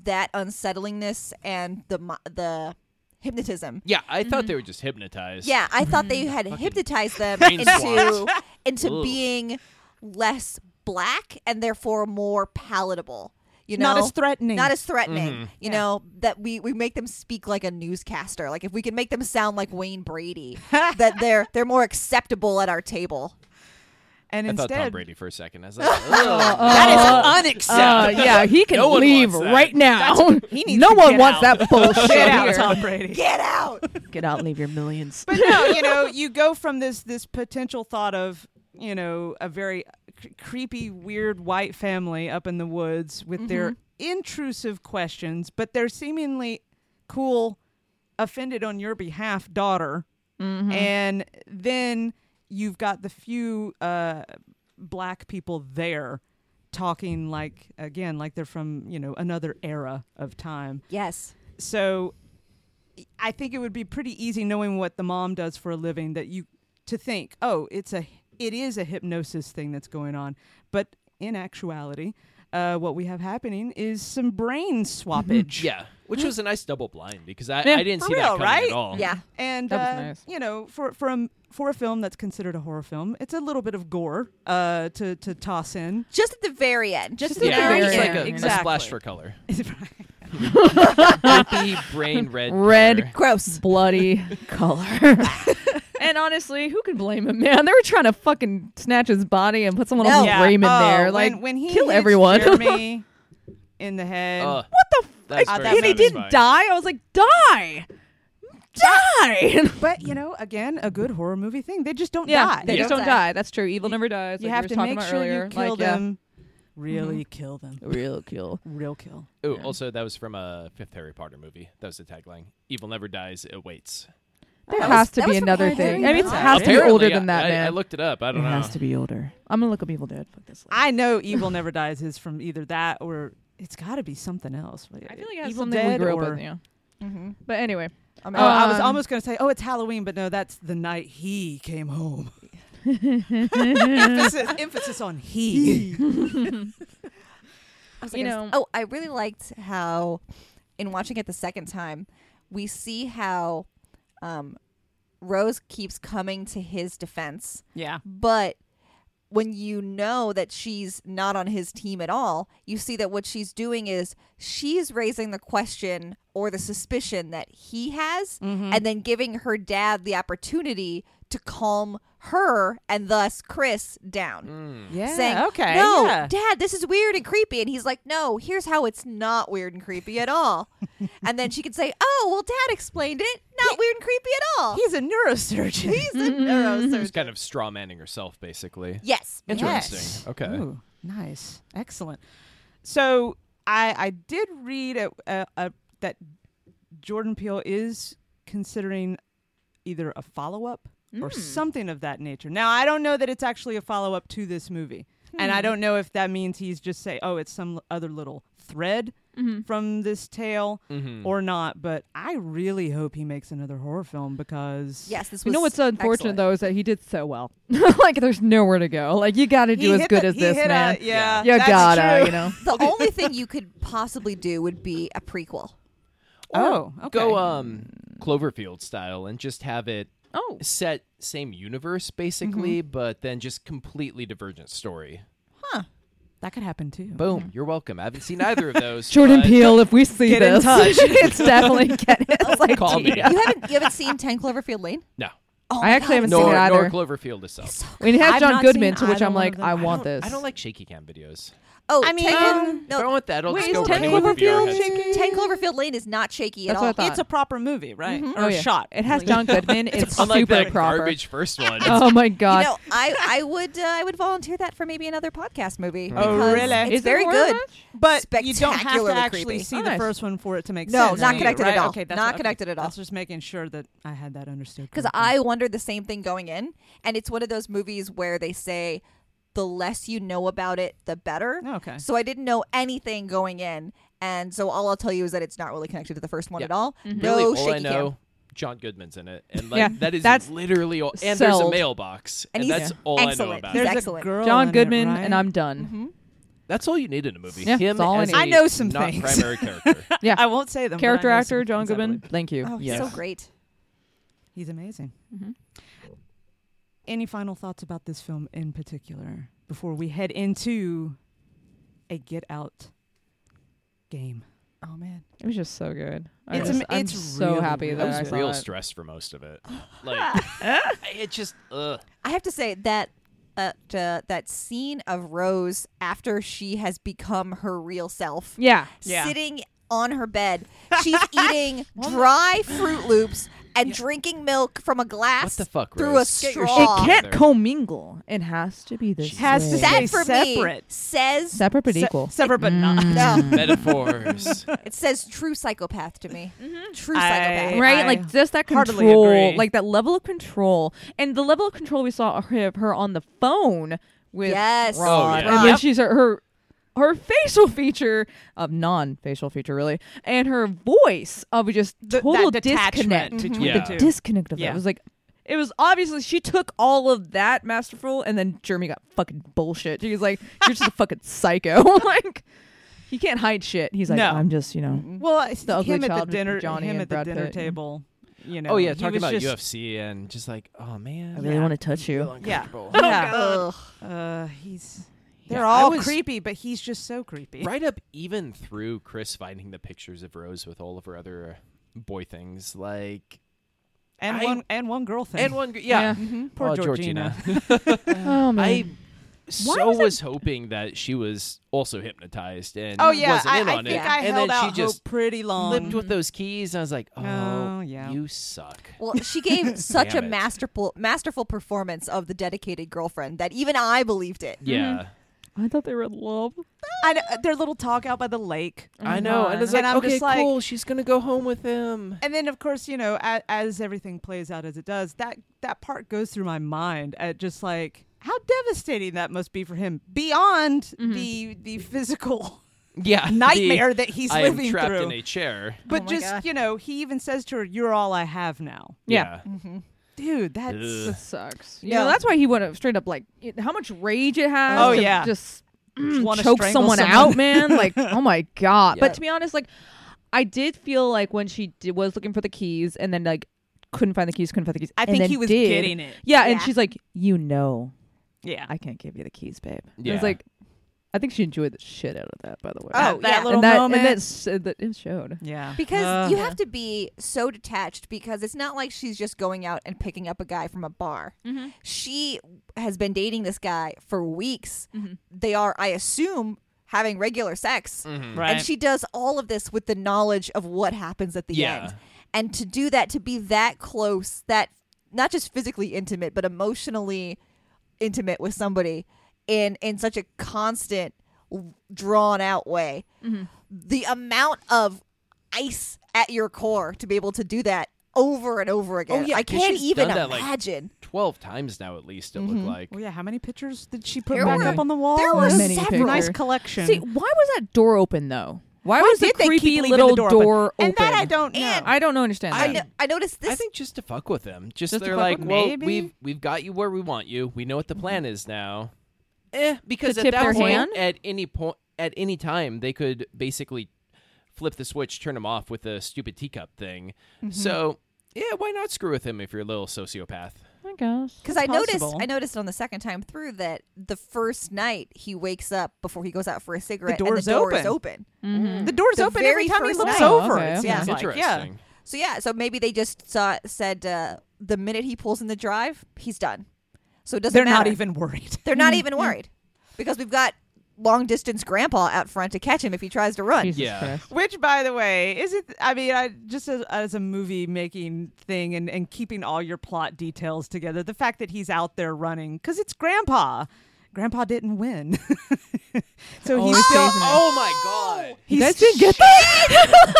S4: that unsettlingness and the mo- the hypnotism.
S3: Yeah, I
S1: Mm-hmm.
S3: thought they were just hypnotized.
S4: Yeah, I thought they had hypnotized
S3: Mm.
S4: them
S3: brain
S4: into into
S3: Ugh.
S4: being less black and therefore more palatable. You know,
S1: Not as threatening.
S4: Not as threatening.
S3: Mhm.
S4: You know that we we make them speak like a newscaster. Like if we can make them sound like Wayne Brady, that they're they're more acceptable at our table.
S1: and
S3: I thought Tom
S1: instead,
S3: Brady for a second. I was like, oh,
S2: that
S3: is unacceptable.
S2: Uh, yeah, he can
S3: No one
S2: leave
S3: wants that.
S2: right now.
S1: he needs
S2: no
S1: to
S2: one
S1: get
S2: wants
S1: out.
S2: that bullshit.
S1: get out,
S2: here.
S1: Tom Brady.
S4: Get out.
S2: Get out, leave your millions.
S1: but no, you know, you go from this this potential thought of you know a very cr- creepy, weird white family up in the woods with their
S4: Mm-hmm.
S1: intrusive questions, but their seemingly cool, offended on your behalf daughter,
S4: Mm-hmm.
S1: and then you've got the few uh, black people there talking like again like they're from you know another era of time
S4: Yes.
S1: so I think it would be pretty easy knowing what the mom does for a living that you to think, oh, it's a it is a hypnosis thing that's going on, but in actuality, uh, what we have happening is some brain swappage.
S3: Yeah, which was a nice double blind because I,
S2: Yeah,
S3: I didn't
S1: for
S3: see that
S1: real,
S3: coming
S1: right?
S3: at all.
S4: Yeah.
S1: and
S2: That was
S1: uh,
S2: nice.
S1: you know, for for a for a film that's considered a horror film, it's a little bit of gore uh, to to toss in.
S4: Just at the very end. Just,
S1: Just
S4: at the
S1: at
S3: Yeah,
S1: the
S4: very
S3: it's
S4: end.
S3: like a, a
S1: Exactly.
S3: splash for color.
S1: It's
S3: Wimpy brain red.
S2: Red.
S3: color.
S4: Gross.
S2: Bloody color. and honestly, who can blame him, man? They were trying to fucking snatch his body and put someone
S4: No.
S2: else's
S4: Yeah.
S2: brain in there.
S1: Oh,
S2: like,
S1: when, when he
S2: kill
S1: hits
S2: everyone.
S1: Jeremy in the head.
S3: Uh, what
S2: the
S3: That
S1: I-
S3: was
S1: that-
S3: very
S2: and he didn't
S3: satisfying.
S2: die. I was like, die, die.
S1: But you know, again, a good horror movie thing. They just don't
S2: yeah,
S1: die.
S2: they
S4: Yeah.
S2: just don't die. That's true. Evil never dies.
S1: you
S2: like we
S1: have
S2: were
S1: to
S2: talking
S1: make
S2: about
S1: sure
S2: earlier.
S1: you kill
S2: like, yeah. Mm-hmm.
S1: them. Really kill them.
S2: Real kill.
S1: Real kill.
S3: Ooh,
S2: Yeah.
S3: also that was from a fifth Harry Potter movie. That was the tagline: "Evil never dies; it waits."
S2: There
S4: That was-
S2: has
S4: that
S2: to be
S4: was from
S2: another
S4: Harry
S2: thing.
S1: Potter.
S2: I mean, it
S1: Yeah.
S2: has to be
S3: Apparently,
S2: older than
S3: I-
S2: that,
S3: I,
S2: man.
S3: I looked it up. I don't
S2: it
S3: know.
S2: has to be older. I'm gonna look up Evil Dead. Fuck this.
S1: I know Evil Never Dies is from either that or it's got to be something else.
S2: I feel like it has
S1: Evil
S2: something we
S1: Dead
S2: grew
S1: or
S2: up with. Yeah.
S4: Mm-hmm.
S2: But anyway,
S4: I mean,
S1: oh, I was
S2: Um,
S1: almost gonna say, oh, it's Halloween, but no, that's the night he came home. emphasis, emphasis on he.
S4: I was
S2: You
S4: like,
S2: know-
S4: oh, I really liked how, in watching it the second time, we see how um, Rose keeps coming to his defense,
S1: yeah,
S4: but when you know that she's not on his team at all, you see that what she's doing is she's raising the question or the suspicion that he has,
S2: Mm-hmm.
S4: and then giving her dad the opportunity to calm her and thus Chris down
S3: Hmm.
S1: yeah.
S4: saying,
S1: okay,
S4: no,
S1: yeah.
S4: Dad, this is weird and creepy." And he's like, "No, here's how it's not weird and creepy at all." and then she could say, "Oh, well, Dad explained it. Not weird and creepy at all."
S1: he's a neurosurgeon.
S4: He's a
S2: Mm-hmm.
S3: She's
S4: neurosurgeon.
S3: kind of straw manning herself, basically.
S4: Yes.
S3: Interesting.
S1: Yes.
S3: Okay.
S1: Ooh, nice. Excellent. So I I did read a, a, a, that Jordan Peele is considering either a follow up or something of that nature. Now I don't know that it's actually a follow up to this movie, and I don't know if that means he's just say, oh, it's some other little thread from this tale
S2: Mm-hmm.
S3: Mhm.
S1: or not. But I really hope he makes another horror film because
S4: Yes, this was
S2: you know what's unfortunate
S4: excellent.
S2: though is that he did so well. like, there's nowhere to go. Like, you got to
S1: He
S2: do as
S1: hit
S2: good
S1: the-
S2: as
S1: he
S2: this,
S1: hit a-
S2: man.
S1: yeah,
S2: You
S1: that's
S2: gotta,
S1: true.
S2: you know.
S4: The only thing you could possibly do would be a prequel.
S3: Or
S1: Oh, okay.
S3: Go um Cloverfield style and just have it
S2: Hmm. Oh, Mm-hmm.
S3: set same universe basically, but then just completely divergent story.
S1: That could happen too.
S3: Boom. You're welcome. I haven't seen either of those.
S2: Mm-hmm. Jordan
S3: but
S2: Peele, if we see
S1: Get in
S2: this,
S1: touch.
S2: it's definitely get it's like
S3: Call me.
S2: yeah.
S4: You haven't you haven't seen Ten Cloverfield Lane?
S3: No.
S4: Oh,
S2: I actually haven't seen
S3: Nor,
S2: it
S3: nor
S2: either.
S3: Cloverfield itself.
S2: We have
S1: I've
S2: John
S1: not seen
S2: Goodman, to which
S1: either
S2: I'm
S1: one of
S2: like,
S1: them.
S2: I
S1: I
S2: want
S3: I don't-
S2: this.
S3: I don't like shaky cam videos.
S4: Oh,
S1: I mean,
S4: 10 Clo-
S1: um,
S3: If I
S4: no,
S3: want that, I'll
S2: Wait,
S3: just
S2: is
S3: go
S2: Ted
S3: Ring of VR
S2: Cloverfield
S3: heads.
S2: shaky?
S4: Ten Cloverfield Lane is not shaky at
S2: That's
S4: all.
S2: what I thought.
S1: It's a proper movie, right?
S4: Mhm.
S1: Or
S2: Oh,
S1: a
S2: yeah.
S1: shot. Mm-hmm.
S2: It has John Goodman. It's
S3: Unlike
S2: super
S3: that
S2: proper.
S3: garbage first one.
S2: Oh my
S4: You
S2: god!
S4: know, I I would uh, I would volunteer that for maybe another podcast movie.
S1: Oh,
S4: because
S1: really?
S4: It's
S2: Is it
S4: very
S2: horror
S4: good.
S2: much?
S1: But you don't have to
S4: Spectacularly
S1: actually
S4: creepy.
S1: see
S2: Oh,
S1: the
S2: nice.
S1: first one for it to make
S4: No,
S1: sense.
S4: not
S1: to you,
S4: connected at
S1: right?
S4: all.
S1: Okay, that's
S4: Not
S1: okay.
S4: connected at all.
S1: That's just making sure that I had that understood.
S4: Because
S1: correctly.
S4: I wondered the same thing going in, and it's one of those movies where they say the less you know about it, the better.
S1: Oh, Okay.
S4: So I didn't know anything going in, and so all I'll tell you is that it's not really connected to the first one
S3: Yeah. Mm-hmm.
S4: at all. No
S3: really,
S4: shaky
S3: all I
S4: cam.
S3: know, John Goodman's in it, and like,
S2: Yeah,
S3: that is
S2: that's
S3: literally all. And there's a
S2: sold.
S3: mailbox,
S4: And
S3: and,
S4: he's
S3: that's all I know
S4: excellent.
S3: about.
S4: He's
S1: There's
S3: it.
S4: excellent.
S1: a girl
S2: John
S1: in it,
S2: Goodman,
S1: right? Mm-hmm.
S2: and I'm done.
S4: Mm-hmm.
S3: Mm-hmm. That's all you need in a movie.
S2: Yeah,
S3: Him
S2: that's all I
S3: as
S2: need.
S1: I
S3: a
S1: know some
S3: not
S1: things.
S3: primary character.
S2: Yeah.
S1: I won't say them. but I
S2: Character
S1: know some
S2: actor John
S1: things, I
S2: Goodman.
S1: believe.
S2: Thank you.
S4: Oh, he's
S2: yes.
S4: so great.
S1: He's amazing.
S2: Mhm.
S1: Any final thoughts about this film in particular before we head into a Get Out game?
S4: Oh man.
S2: It was just so good. I
S1: It's
S2: just,
S1: am-
S2: I'm
S1: it's
S2: so
S1: really
S2: happy
S1: good.
S2: that
S3: I
S2: I
S3: was
S2: saw
S3: real
S2: it.
S3: stressed for most of it. Like it just uh, ugh.
S4: I have to say that uh, uh, that scene of Rose after she has become her real self,
S2: Yeah.
S1: Yeah.
S4: sitting on her bed, she's eating dry Fruit Loops and drinking milk from a
S3: What
S4: glass
S3: the fuck,
S4: through
S3: Rose?
S4: a
S3: Get your
S4: straw.
S3: shit
S2: It can't
S3: Together.
S2: commingle. It has to be this.
S3: She
S1: has to
S2: way.
S1: stay
S4: That for me
S1: separate.
S4: says
S2: separate but
S1: Se-
S2: equal.
S1: separate but not.
S4: no.
S3: metaphors.
S4: It says true psychopath to me. True
S1: I-
S4: psychopath.
S2: right
S1: I
S2: like just that
S1: heartily
S2: control
S1: agree.
S2: like that level of control and the level of control we saw her, her on the phone with
S4: Yes.
S3: Ron. Oh, yeah.
S2: and when
S1: Yep.
S2: she's her, her her facial feature of non-facial feature really and her voice of just
S1: Th-
S2: total
S1: that
S2: disconnect
S1: detachment between
S3: Yeah.
S1: the two.
S2: disconnect of that
S1: Yeah.
S2: it was like it was obviously she took all of that masterful and then Jeremy got fucking bullshit. She was like, "You're just a fucking psycho." like, he can't hide shit. He's like,
S1: No.
S2: "I'm just, you know,
S1: Well, it's
S2: The ugly
S1: him at
S2: child
S1: the
S2: with
S1: dinner,
S2: Johnny
S1: him
S2: and
S1: at the
S2: Brad
S1: dinner
S2: Pitt.
S1: table. You know,
S3: Oh yeah,
S1: he
S3: talking
S1: was
S3: about
S1: just,
S3: UFC and just like, oh man,
S2: I really
S1: Yeah.
S2: want to touch you."
S1: Yeah.
S2: Yeah.
S4: Ugh.
S1: Uh, he's
S3: Yeah,
S1: they're
S3: I
S1: all
S3: was-
S1: creepy, but he's just so creepy.
S3: right up even through Chris finding the pictures of Rose with all of her other boy things, like
S1: And
S3: I-
S1: one and one girl thing.
S3: and one, g- yeah,
S1: poor
S3: Oh,
S1: Georgina.
S2: Oh man.
S3: I so
S2: was
S3: was,
S2: it-
S3: hoping that she was also hypnotized and
S1: Oh yeah,
S3: wasn't
S1: I,
S3: in
S1: I
S3: on
S1: think
S3: it,
S1: I
S3: and
S1: held
S3: then
S1: out
S3: she just
S1: hope pretty long.
S3: lived with those keys. And I was like, oh,
S1: Oh, yeah.
S3: you suck.
S4: Well, she gave such a
S3: Damn it.
S4: masterful masterful performance of the dedicated girlfriend that even I believed it.
S3: Yeah,
S2: I thought they were in love.
S1: I know, their little talk out by the lake.
S3: I know. And it's
S1: And
S3: like,
S1: I'm
S3: okay,
S1: just like-
S3: cool. She's gonna go home with him.
S1: And then, of course, you know, as, as everything plays out as it does, that that part goes through my mind at just like how devastating that must be for him beyond the the physical
S3: Yeah, Mm-hmm. the-
S1: nightmare that he's
S3: I am
S1: living
S3: trapped
S1: through.
S3: in a chair.
S1: but
S4: Oh my
S1: just
S4: God.
S1: you know, he even says to her, "You're all I have now."
S2: Yeah.
S1: Dude, that's
S3: Ugh.
S2: sucks.
S1: Yeah.
S2: Yeah, that's why he would have straight up like it- how much rage it has.
S1: Oh,
S2: to
S1: yeah.
S2: just mm,
S1: Wanna
S2: choke
S1: strangle
S2: someone,
S1: someone.
S2: out, man. Like oh my god.
S4: Yeah.
S2: But to be honest, like I did feel like when she did, was looking for the keys and then like couldn't find the keys, couldn't find the keys.
S1: I
S2: and
S1: think
S2: then
S1: he was
S2: did.
S1: getting it.
S2: Yeah, and
S4: Yeah.
S2: she's like, you know,
S1: Yeah.
S2: I can't give you the keys, babe. Yeah.
S3: Yeah.
S2: It's like, I think she enjoyed the shit out of that. By the way.
S4: Oh,
S1: that, that
S4: yeah.
S1: little
S2: and that,
S1: moment.
S2: And that, s- uh, that it showed.
S1: yeah.
S4: Because
S1: Ugh.
S4: you have to be so detached because it's not like she's just going out and picking up a guy from a bar.
S1: Mm-hmm.
S4: She has been dating this guy for weeks. They are, I assume, having regular sex.
S3: Mm-hmm.
S1: right.
S4: And she does all of this with the knowledge of what happens at the
S3: Yeah.
S4: end. And to do that, to be that close, that not just physically intimate, but emotionally intimate with somebody in in such a constant, l- drawn out way, the amount of ice at your core to be able to do that over and over again.
S3: Oh, yeah,
S4: I
S3: 'cause
S4: can't
S3: she's
S4: even
S3: done that, like,
S4: imagine.
S3: Twelve times now, at least it looked like.
S1: Well, yeah. How many pictures did she put
S4: There
S1: back
S4: were-
S1: up on the wall?
S4: there were
S2: Many
S4: several.
S1: Nice
S2: pictures.
S1: collection.
S2: See, why was that door open though? Why,
S1: Why
S2: was
S1: did
S2: the
S1: they keep
S2: creepy
S1: leaving
S2: little
S1: the door, open? And that I don't know.
S4: And-
S2: I don't understand that.
S4: I, no- I noticed this.
S3: I think just to fuck with them.
S2: Just
S3: Just,
S2: to
S3: they're
S2: fuck
S3: like,
S2: with 'em?
S3: well,
S1: Maybe.
S3: we've we've got you where we want you. We know what the plan is now. Eh, because
S2: To
S3: at
S2: tip
S3: that
S2: their
S3: point,
S2: hand?
S3: at any point, at any time, they could basically flip the switch, turn him off with the stupid teacup thing. So yeah, why not screw with him if you're a little sociopath?
S2: I guess.
S4: Because I noticed,
S1: possible.
S4: I noticed on the second time through that the first night he wakes up before he goes out for a cigarette,
S1: door's
S4: and the door is
S1: open.
S4: open.
S1: Mm-hmm.
S2: Mm-hmm.
S1: The door's
S4: The
S1: open every
S4: very
S1: time he
S4: first
S1: looks
S4: night.
S1: over.
S2: Okay,
S1: it
S2: okay.
S1: seems like.
S3: Interesting.
S1: Yeah.
S4: So yeah, so maybe they just saw said uh, the minute he pulls in the drive, he's done. So it doesn't.
S1: They're not
S4: matter.
S1: even worried.
S4: They're not even worried because we've got long distance grandpa out front to catch him if he tries to run.
S2: Jesus
S3: Yeah.
S2: Christ.
S1: Which, by the way, is it? I mean, I, just as, as a movie making thing and, and keeping all your plot details together, the fact that he's out there running because it's Grandpa. Grandpa didn't win, so he's
S2: Always
S1: still.
S2: stays in it.
S3: Oh my god.
S1: He's
S2: guys didn't get that.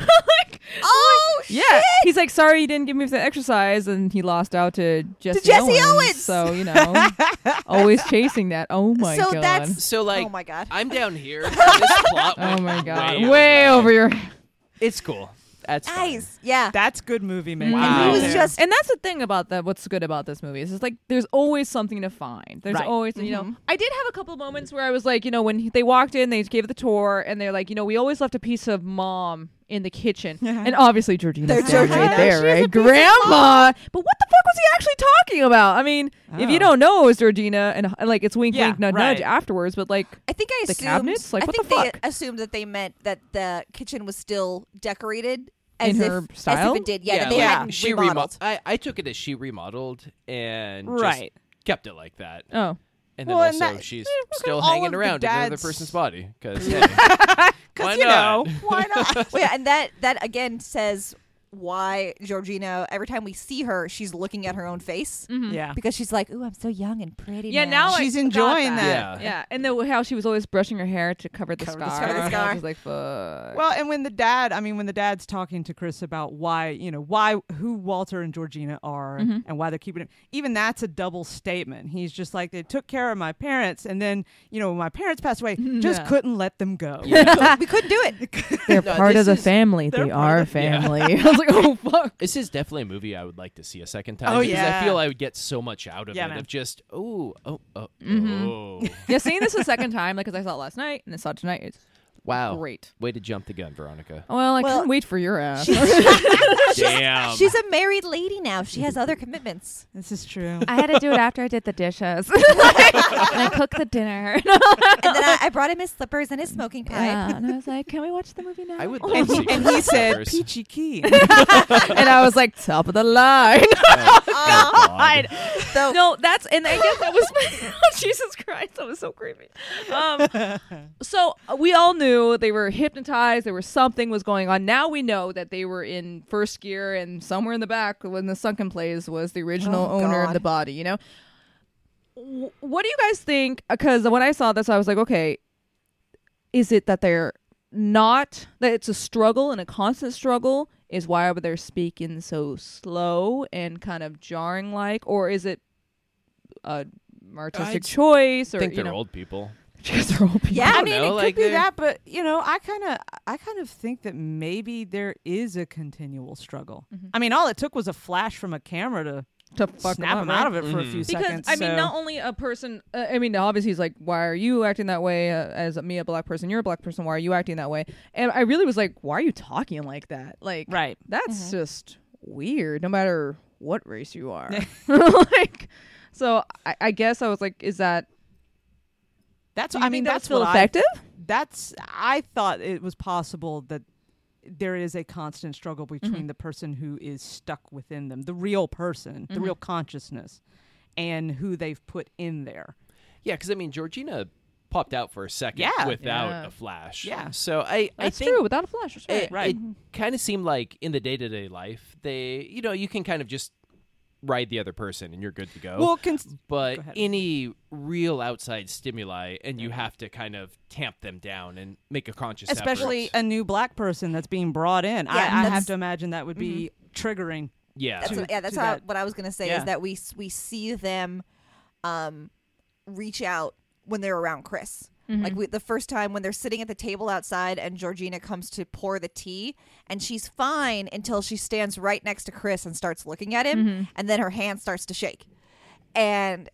S2: Like-
S4: Oh
S2: yeah, he's like, sorry, you didn't give me the exercise, and he lost out to Jesse,
S4: Jesse Owens.
S2: So you know, always chasing that. Oh my
S4: So
S2: god.
S4: that's-
S3: So like
S4: oh my god!
S3: I'm down here. This plot
S2: Oh
S3: went
S2: my god!
S3: Way,
S2: Way,
S3: over.
S2: over your.
S3: It's cool. That's fine.
S4: Nice, yeah.
S1: That's good movie making.
S3: Wow. And he
S1: right
S3: was
S1: there.
S4: just-
S2: And that's the thing about that. What's good about this movie is it's like there's always something to find. There's
S1: Right.
S2: always you know. I did have a couple moments where I was like, you know, when he- they walked in, they gave the tour, and they're like, you know, we always left a piece of mom in the kitchen, and obviously Georgina's
S4: They're
S2: there right
S4: Georgina.
S2: there,
S4: She is a
S2: right,
S4: piece of
S2: Grandma. But what the fuck was he actually talking about? I mean, if
S1: Oh.
S2: you don't know, it was Georgina, and and, like it's wink,
S1: Yeah,
S2: wink, nudge,
S1: right.
S2: nudge afterwards. But like,
S4: I think I
S2: The
S4: assumed
S2: cabinets? Like,
S4: I
S2: what
S4: think
S2: the
S4: they
S2: fuck?
S4: assumed that they meant that the kitchen was still decorated as
S2: In
S4: if
S2: her
S4: as
S2: style?
S4: if it did. Yeah, that they
S3: like,
S1: yeah.
S4: hadn't
S3: she
S4: remodeled.
S3: remodeled. I, I took it as she remodeled and just
S1: Right.
S3: kept it like that.
S2: oh,
S3: And then
S1: Well, and
S3: also
S1: that-
S3: she's
S1: eh, look at
S3: still
S1: all of
S3: hanging
S1: the
S3: around in another
S1: dads.
S3: person's body because Why
S1: because you know
S3: not?
S1: why not?
S4: Well, yeah, and that that again says why Georgina. Every time we see her, she's looking at her own face
S2: Hmm.
S1: yeah.
S4: because she's like, "Ooh, I'm so young and pretty."
S2: Yeah, now
S1: Mm-hmm. She's
S2: I forgot
S1: enjoying
S3: that.
S2: Yeah.
S3: Yeah.
S2: and then how she was always brushing her hair to cover the
S1: Cover the
S2: scar.
S1: scar. Cover the
S4: scar.
S2: I was like, fuck.
S1: Well, and when the dad, I mean, when the dad's talking to Chris about why, you know, why who Walter and Georgina are
S2: Mm-hmm.
S1: and why they're keeping him, even that's a double statement. He's just like, they took care of my parents, and then, you know, when my parents passed away, just
S2: Yeah.
S1: couldn't let them go.
S4: we couldn't do it.
S2: They're
S3: No,
S2: part
S3: this
S2: of the
S3: is-
S2: family.
S1: they're
S2: They
S1: part
S2: are
S1: of the- yeah.
S2: family. I was like, oh fuck.
S3: This is definitely a movie I would like to see a second time.
S1: Oh,
S3: because
S1: yeah.
S3: I feel I would get so much out of
S1: Yeah,
S3: it
S1: man.
S3: of just oh oh oh
S2: Mm-hmm.
S3: oh
S2: Yeah, seeing this a second time, like, 'cause I saw it last night and then saw it tonight, it's
S3: wow
S2: Great.
S3: way to jump the gun, Veronica.
S2: well, I
S4: Well,
S2: couldn't wait for your ass.
S3: Damn,
S4: She's a married lady now. She has other commitments.
S1: This is true.
S2: I had to do it after I did the dishes. I cooked the dinner.
S4: And then I, I brought him his slippers and his smoking pipe.
S2: and I was like, "Can we watch the movie now?"
S3: I would.
S1: and
S3: Like to
S1: he,
S3: see
S1: and he
S3: Fred
S1: said,
S3: Rivers.
S1: "Peachy keen."
S2: and I was like, "Top of the line."
S3: Oh, God.
S4: So
S2: no, that's and I guess that was my oh, Jesus Christ, that was so creepy. Um, so we all knew they were hypnotized. There was something was going on. Now we know that they were in first gear and somewhere in the back when the sunken place was the original
S4: Oh,
S2: owner
S4: God.
S2: of the body. You know, W- what do you guys think? Because when I saw this, I was like, okay, is it that they're not that it's a struggle and a constant struggle is why they're speaking so slow and kind of jarring like or is it a artistic
S3: I'd
S2: choice or
S3: I think
S2: you
S3: they're
S2: know
S3: old people.
S2: because they're old people.
S4: yeah,
S1: I
S3: don't
S1: mean,
S3: know,
S1: it
S3: like,
S1: could be
S3: they're-
S1: that, but you know, I kind of, I kind of think that maybe there is a continual struggle. I mean, all it took was a flash from a camera to
S2: to Mm-hmm. fuck Mm-hmm.
S1: snap him out of it for a few
S2: because
S1: seconds.
S2: I mean,
S1: so-
S2: not only a person. Uh, I mean, obviously, he's like, "Why are you acting that way?" Uh, as me, a black person, you're a black person. Why are you acting that way? And I really was like, "Why are you talking like that?" Like,
S1: Right.
S2: That's just weird. No matter what race you are, like, so I, I guess I was like, "Is that?"
S1: That's.
S2: do you
S1: I
S2: think
S1: mean,
S2: that was
S1: that's
S2: still
S1: what I
S2: effective.
S1: that's I thought it was possible that there is a constant struggle between the person who is stuck within them, the real person, the real consciousness, and who they've put in there.
S3: Yeah, because I mean Georgina popped out for a second
S1: Yeah.
S3: without
S2: Yeah.
S3: a flash.
S1: Yeah.
S3: so I I
S2: That's
S3: think
S2: true. Without a flash, that's right.
S3: it,
S1: Right. Mm-hmm.
S3: it kind of seemed like in the day to day life, they, you know, you can kind of just ride the other person and you're good to go.
S1: Well, cons-
S3: but
S1: ahead.
S3: any real outside stimuli, and you have to kind of tamp them down and make a conscious
S1: especially uh,
S3: effort.
S1: a new black person that's being brought in, I,
S4: Yeah,
S1: I have
S4: that's-
S1: to imagine that would be triggering.
S3: yeah.
S4: that's
S1: to-
S4: what, yeah, that's
S1: to
S4: how,
S1: that.
S4: what I was gonna say
S1: Yeah.
S4: is that we s- we see them, um, reach out when they're around Chris.
S1: Mm-hmm.
S4: Like we, the first time when they're sitting at the table outside and Georgina comes to pour the tea and she's fine until she stands right next to Chris and starts looking at him
S1: Mm-hmm.
S4: and then her hand starts to shake. And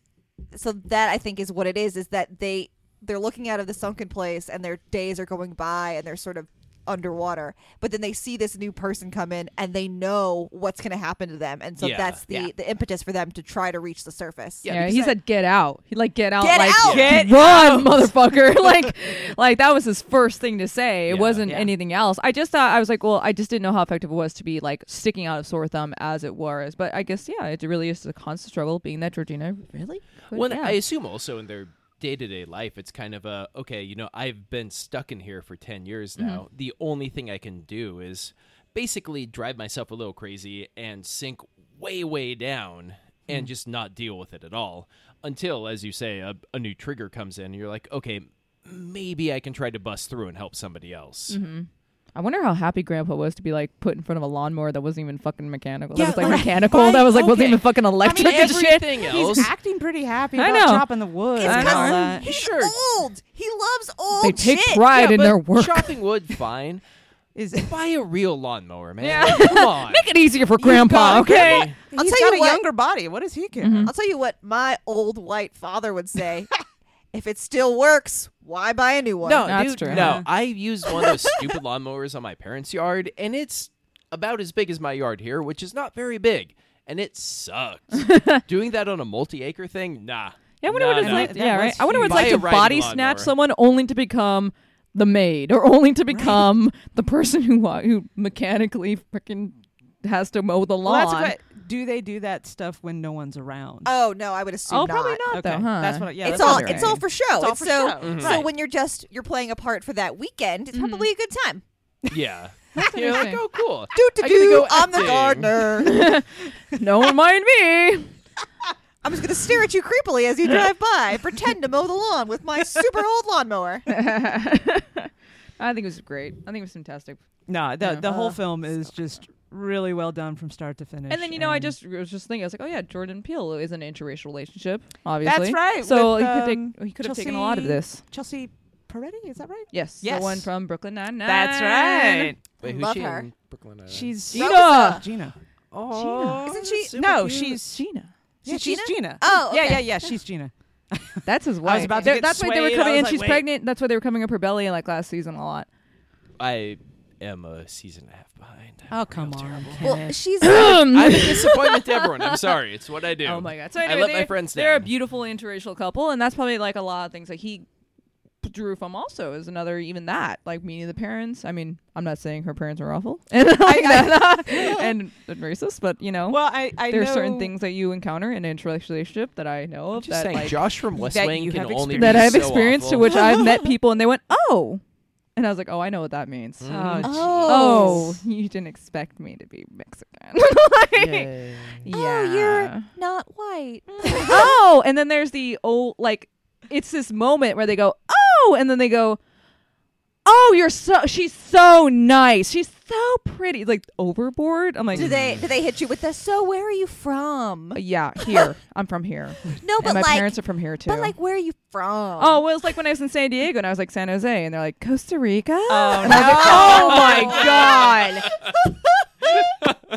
S4: so that I think is what it is is that they they're looking out of the sunken place and their days are going by and they're sort of underwater. But then they see this new person come in and they know what's going to happen to them, and so
S3: Yeah,
S4: that's the
S3: yeah.
S4: the impetus for them to try to reach the surface.
S3: Yeah,
S2: Yeah,
S3: because
S2: he
S3: I-
S2: said get out. He like get out
S4: Get
S2: like
S4: out!
S3: Get
S2: run, motherfucker. like like that was his first thing to say. It
S3: Yeah.
S2: wasn't
S1: Yeah.
S2: anything else. I just thought I was like, well, I just didn't know how effective it was to be like sticking out of sore thumb as it was. But I guess yeah, it really is a constant struggle being that Georgina really could-
S3: Well, and
S2: yeah.
S3: I assume also in their day to day life, it's kind of a okay, you know, I've been stuck in here for 10 years
S2: Mm-hmm.
S3: now. The only thing I can do is basically drive myself a little crazy and sink way, way down and
S2: Mm-hmm.
S3: just not deal with it at all until, as you say, a, a new trigger comes in. And you're like, okay, maybe I can try to bust through and help somebody else.
S2: Mm-hmm. I wonder how happy Grandpa was to be like put in front of a lawnmower that wasn't even fucking mechanical.
S3: Yeah,
S2: that was like
S3: like,
S2: mechanical.
S3: why-
S2: that was like
S3: okay.
S2: wasn't even fucking
S3: I mean,
S2: electric and shit.
S3: everything else.
S1: He's acting pretty happy
S2: I
S1: about
S2: know.
S1: chopping the wood
S4: It's
S1: and all
S4: because
S1: that.
S4: he's
S3: Sure.
S4: old. He loves old
S2: They take
S4: shit.
S2: pride
S3: Yeah,
S2: in
S3: but
S2: their work.
S3: Chopping wood, fine.
S1: Is
S3: Buy a real lawnmower, man.
S2: Yeah.
S3: Come on.
S2: Make it easier for
S3: You've
S2: Grandpa,
S3: got-
S2: okay?
S4: I'll
S1: he's
S4: tell
S1: got
S4: you
S1: a
S4: what. Mm-hmm.
S1: younger body. What does he care?
S4: I'll tell you what my old white father would say. if it still works, why buy a new one?
S3: No,
S2: That's
S3: dude,
S2: true. Uh-huh.
S3: no.
S1: Yeah.
S3: I used one of those stupid lawnmowers on my parents' yard, and it's about as big as my yard here, which is not very big, and it sucked. Doing that on a multi-acre thing, nah.
S2: Yeah, I wonder
S3: Nah,
S2: what it's
S3: nah.
S2: like.
S1: that
S2: Yeah,
S1: was
S2: right. I wonder what it's
S3: huge.
S2: like
S3: Buy
S2: to
S3: a riding
S2: body
S3: lawnmower.
S2: snatch someone only to become the maid or only to become the person who wa- who mechanically freaking has to mow the
S1: Well,
S2: lawn.
S1: that's what. Do they do that stuff when no one's around?
S4: Oh no, I would assume.
S2: oh, probably not
S1: okay,
S2: though, huh?
S1: that's what. I- Yeah,
S4: it's
S1: that's what
S4: all
S1: I
S2: what they're
S4: it's all
S2: doing.
S4: for show.
S1: It's all
S4: It's
S1: for
S4: so
S1: show. Mhm.
S4: so
S1: Right.
S4: when you're just you're playing a part for that weekend, it's probably a good time.
S3: Yeah. You're like,
S2: interesting.
S3: oh, cool.
S4: Do to
S3: I gotta
S4: do.
S3: go
S4: I'm the
S3: acting.
S4: gardener.
S2: Don't mind me.
S4: I'm just gonna stare at you creepily as you drive by. Pretend to mow the lawn with my super old lawnmower.
S2: I think it was great. I think it was fantastic.
S1: No, the
S2: Yeah.
S1: the whole
S4: Ugh,
S1: film is just really well done from start to finish.
S2: And then you know, I just was just thinking, I was like, oh yeah, Jordan Peele is an interracial relationship, obviously.
S1: That's right,
S2: So
S1: with,
S2: he could take-
S1: um,
S2: he could have taken a lot of
S1: Chelsea-
S2: this.
S1: Chelsea Peretti, is that right?
S2: Yes,
S1: Yes.
S2: the one from Brooklyn Nine Nine.
S1: That's right.
S3: Wait, who's
S4: Love
S3: she
S4: her.
S3: in Brooklyn uh, Nine-Nine?
S1: She's
S4: Gina!
S1: Rosa. Gina.
S3: oh,
S4: Isn't she-
S3: super
S1: no,
S3: cute.
S1: she's
S2: Gina.
S1: yeah,
S4: She's
S1: she's
S4: Gina?
S1: Gina.
S4: Oh,
S1: yeah,
S4: okay.
S1: yeah, yeah. She's Gina.
S2: That's his wife.
S1: about to
S2: They're-
S1: get
S2: that's why they were
S1: swayed.
S2: coming
S1: I
S2: in.
S1: was
S2: she's
S1: like, wait.
S2: pregnant. That's why they were coming up her belly like last season a lot.
S3: I am a season and a half behind. I'm
S1: Oh
S3: real
S1: come on,
S3: terrible.
S4: Well, she's
S3: I'm a disappointment to everyone. I'm sorry. It's what I do.
S2: Um, Oh my god! So
S3: I
S2: anyway,
S3: let
S2: they,
S3: my friends
S2: They're a
S3: down.
S2: beautiful interracial couple, and that's probably like a lot of things that he p- drew from. Also, is another even that like meaning the parents. I mean, I'm not saying her parents are awful and like that, and, and racist, but you know,
S1: Well, I I
S2: there are
S1: know
S2: certain things that you encounter in an interracial relationship that I know of
S3: Just
S2: that
S3: saying,
S2: like
S3: Josh from West
S1: that
S3: Wing
S1: you
S3: can
S1: have
S3: only be
S2: that I've
S3: so
S2: experienced to
S3: awful.
S2: which I've met people and they went, oh, and I was like, oh, I know what that means.
S3: Mm.
S1: Oh,
S2: Oh,
S4: Oh.
S2: you didn't expect me to be Mexican. Like, Yeah.
S4: Oh, you're not white.
S2: oh, and then there's the old like it's this moment where they go, "Oh," and then they go, "Oh, you're so she's so nice. She's so pretty." Like overboard. I'm like,
S4: Do they do they hit you with the so where are you from?
S2: "Yeah, here. I'm from here."
S4: No, but
S2: and my
S4: like
S2: parents are from here too.
S4: but like where are you from?
S2: Oh, well, it was like when I was in San Diego and I was like San Jose, and they're like Costa Rica.
S1: Oh,
S2: and I was like,
S1: no.
S2: oh my god.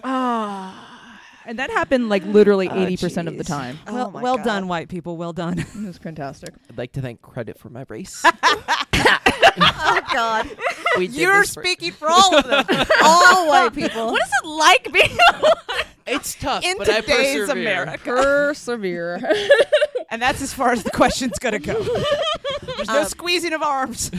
S2: Ah. and that happened like literally eighty percent of the
S1: jeez.
S2: time.
S4: Oh
S1: Well,
S4: my
S1: well
S4: God.
S1: done, white people. Well done.
S2: It was fantastic.
S3: I'd like to thank credit for my race.
S4: Oh god.
S3: We did this for-
S1: for all of them.
S4: All white people.
S2: What is it like being
S3: It's tough,
S1: In
S3: but I
S1: today's
S3: persevere.
S1: America.
S2: persevere?
S1: and that's as far as the question's gonna go. There's no
S4: Um,
S1: squeezing of arms.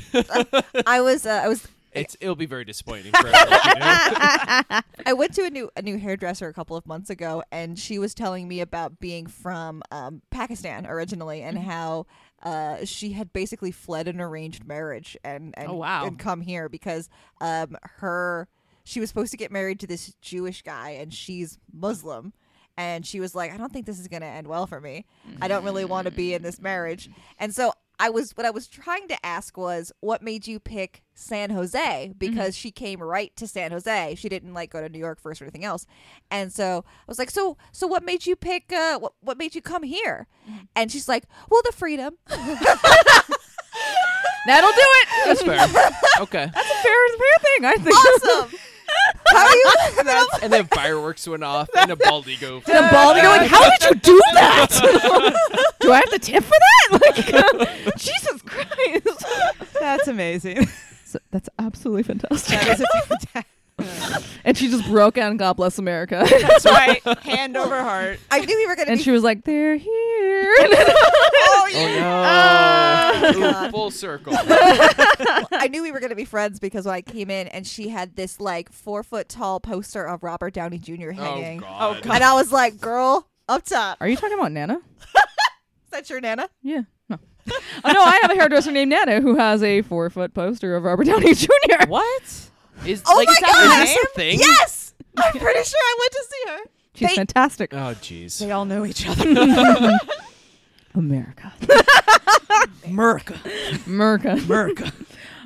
S4: I was uh, I was
S3: It's it'll be very disappointing for everyone. you know?
S4: I went to a new a new hairdresser a couple of months ago, and she was telling me about being from um, Pakistan originally,
S1: Mm-hmm.
S4: and how uh, she had basically fled an arranged marriage and and,
S1: Oh, wow.
S4: and come here because um, her she was supposed to get married to this Jewish guy, and she's Muslim. And she was like, I don't think this is going to end well for me. I don't really want to be in this marriage. And so I was, what I was trying to ask was, what made you pick San Jose? Because she came right to San Jose. She didn't like go to New York first or anything else. And so I was like, so, so what made you pick, uh, what, what made you come here? And she's like, well, the freedom.
S2: That'll do it.
S3: That's fair.
S2: fair,
S3: Okay.
S2: fair thing. I think.
S4: awesome. How are you?
S3: And then fireworks went off, and a bald eagle.
S2: And a bald eagle, like, how did you do that? do I have to tip for that? Like, Jesus Christ.
S1: That's amazing.
S2: So that's absolutely fantastic.
S1: That is a fantastic.
S2: and she just broke out. God bless America.
S1: That's right. Hand over heart.
S4: I knew we were gonna
S2: and
S4: be.
S2: she was like, "They're here."
S4: oh, yeah.
S3: Oh no! Oh, Ooh,
S4: God.
S3: full circle.
S4: I knew we were gonna be friends because when I came in and she had this like four foot tall poster of Robert Downey Jr.
S3: Oh
S4: hanging,
S3: god!
S1: God.
S4: and I was like, "Girl, up top,
S2: Are you talking about Nana?
S4: is that your nana?"
S2: Yeah. No. oh no, I have a hairdresser named Nana who has a four foot poster of Robert Downey Jr.
S1: What?
S3: Is
S4: Oh
S3: like,
S4: my
S3: is that-
S4: God.
S3: is this a thing?
S4: Yes, I'm pretty sure I went to see her.
S2: She's
S4: They-
S2: fantastic.
S3: Oh jeez.
S1: They all know each other.
S2: America.
S1: Merca.
S2: America.
S1: Merca.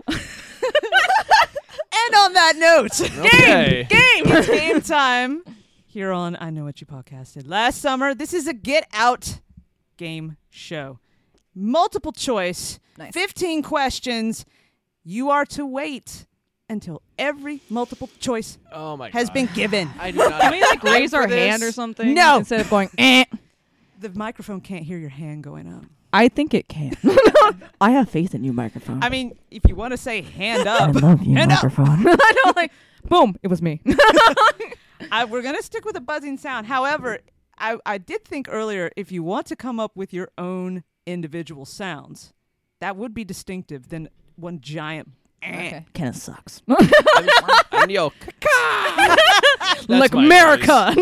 S1: and on that note.
S3: Okay.
S1: It's game time here on I Know What You Podcasted. Last summer, this is a get out game show. Multiple choice,
S4: Nice.
S1: 15 questions. You are to wait until every multiple choice
S3: Oh my god.
S1: has been given.
S3: I do not.
S2: Can we like raise
S3: for
S2: our
S3: this?
S2: hand or something?
S1: No.
S2: Instead of going, eh.
S1: The microphone can't hear your hand going up.
S2: I think it can. I have faith in you, microphone.
S1: I mean, if you want to say hand up,
S2: love you,
S1: Hand up.
S2: microphone. I don't like. Boom! It was me.
S1: I, we're going to stick with a buzzing sound. However, I, I did think earlier if you want to come up with your own individual sounds, that would be distinctive than one giant.
S4: Okay.
S2: kind of sucks.
S3: And yo,
S2: like
S3: my
S2: America,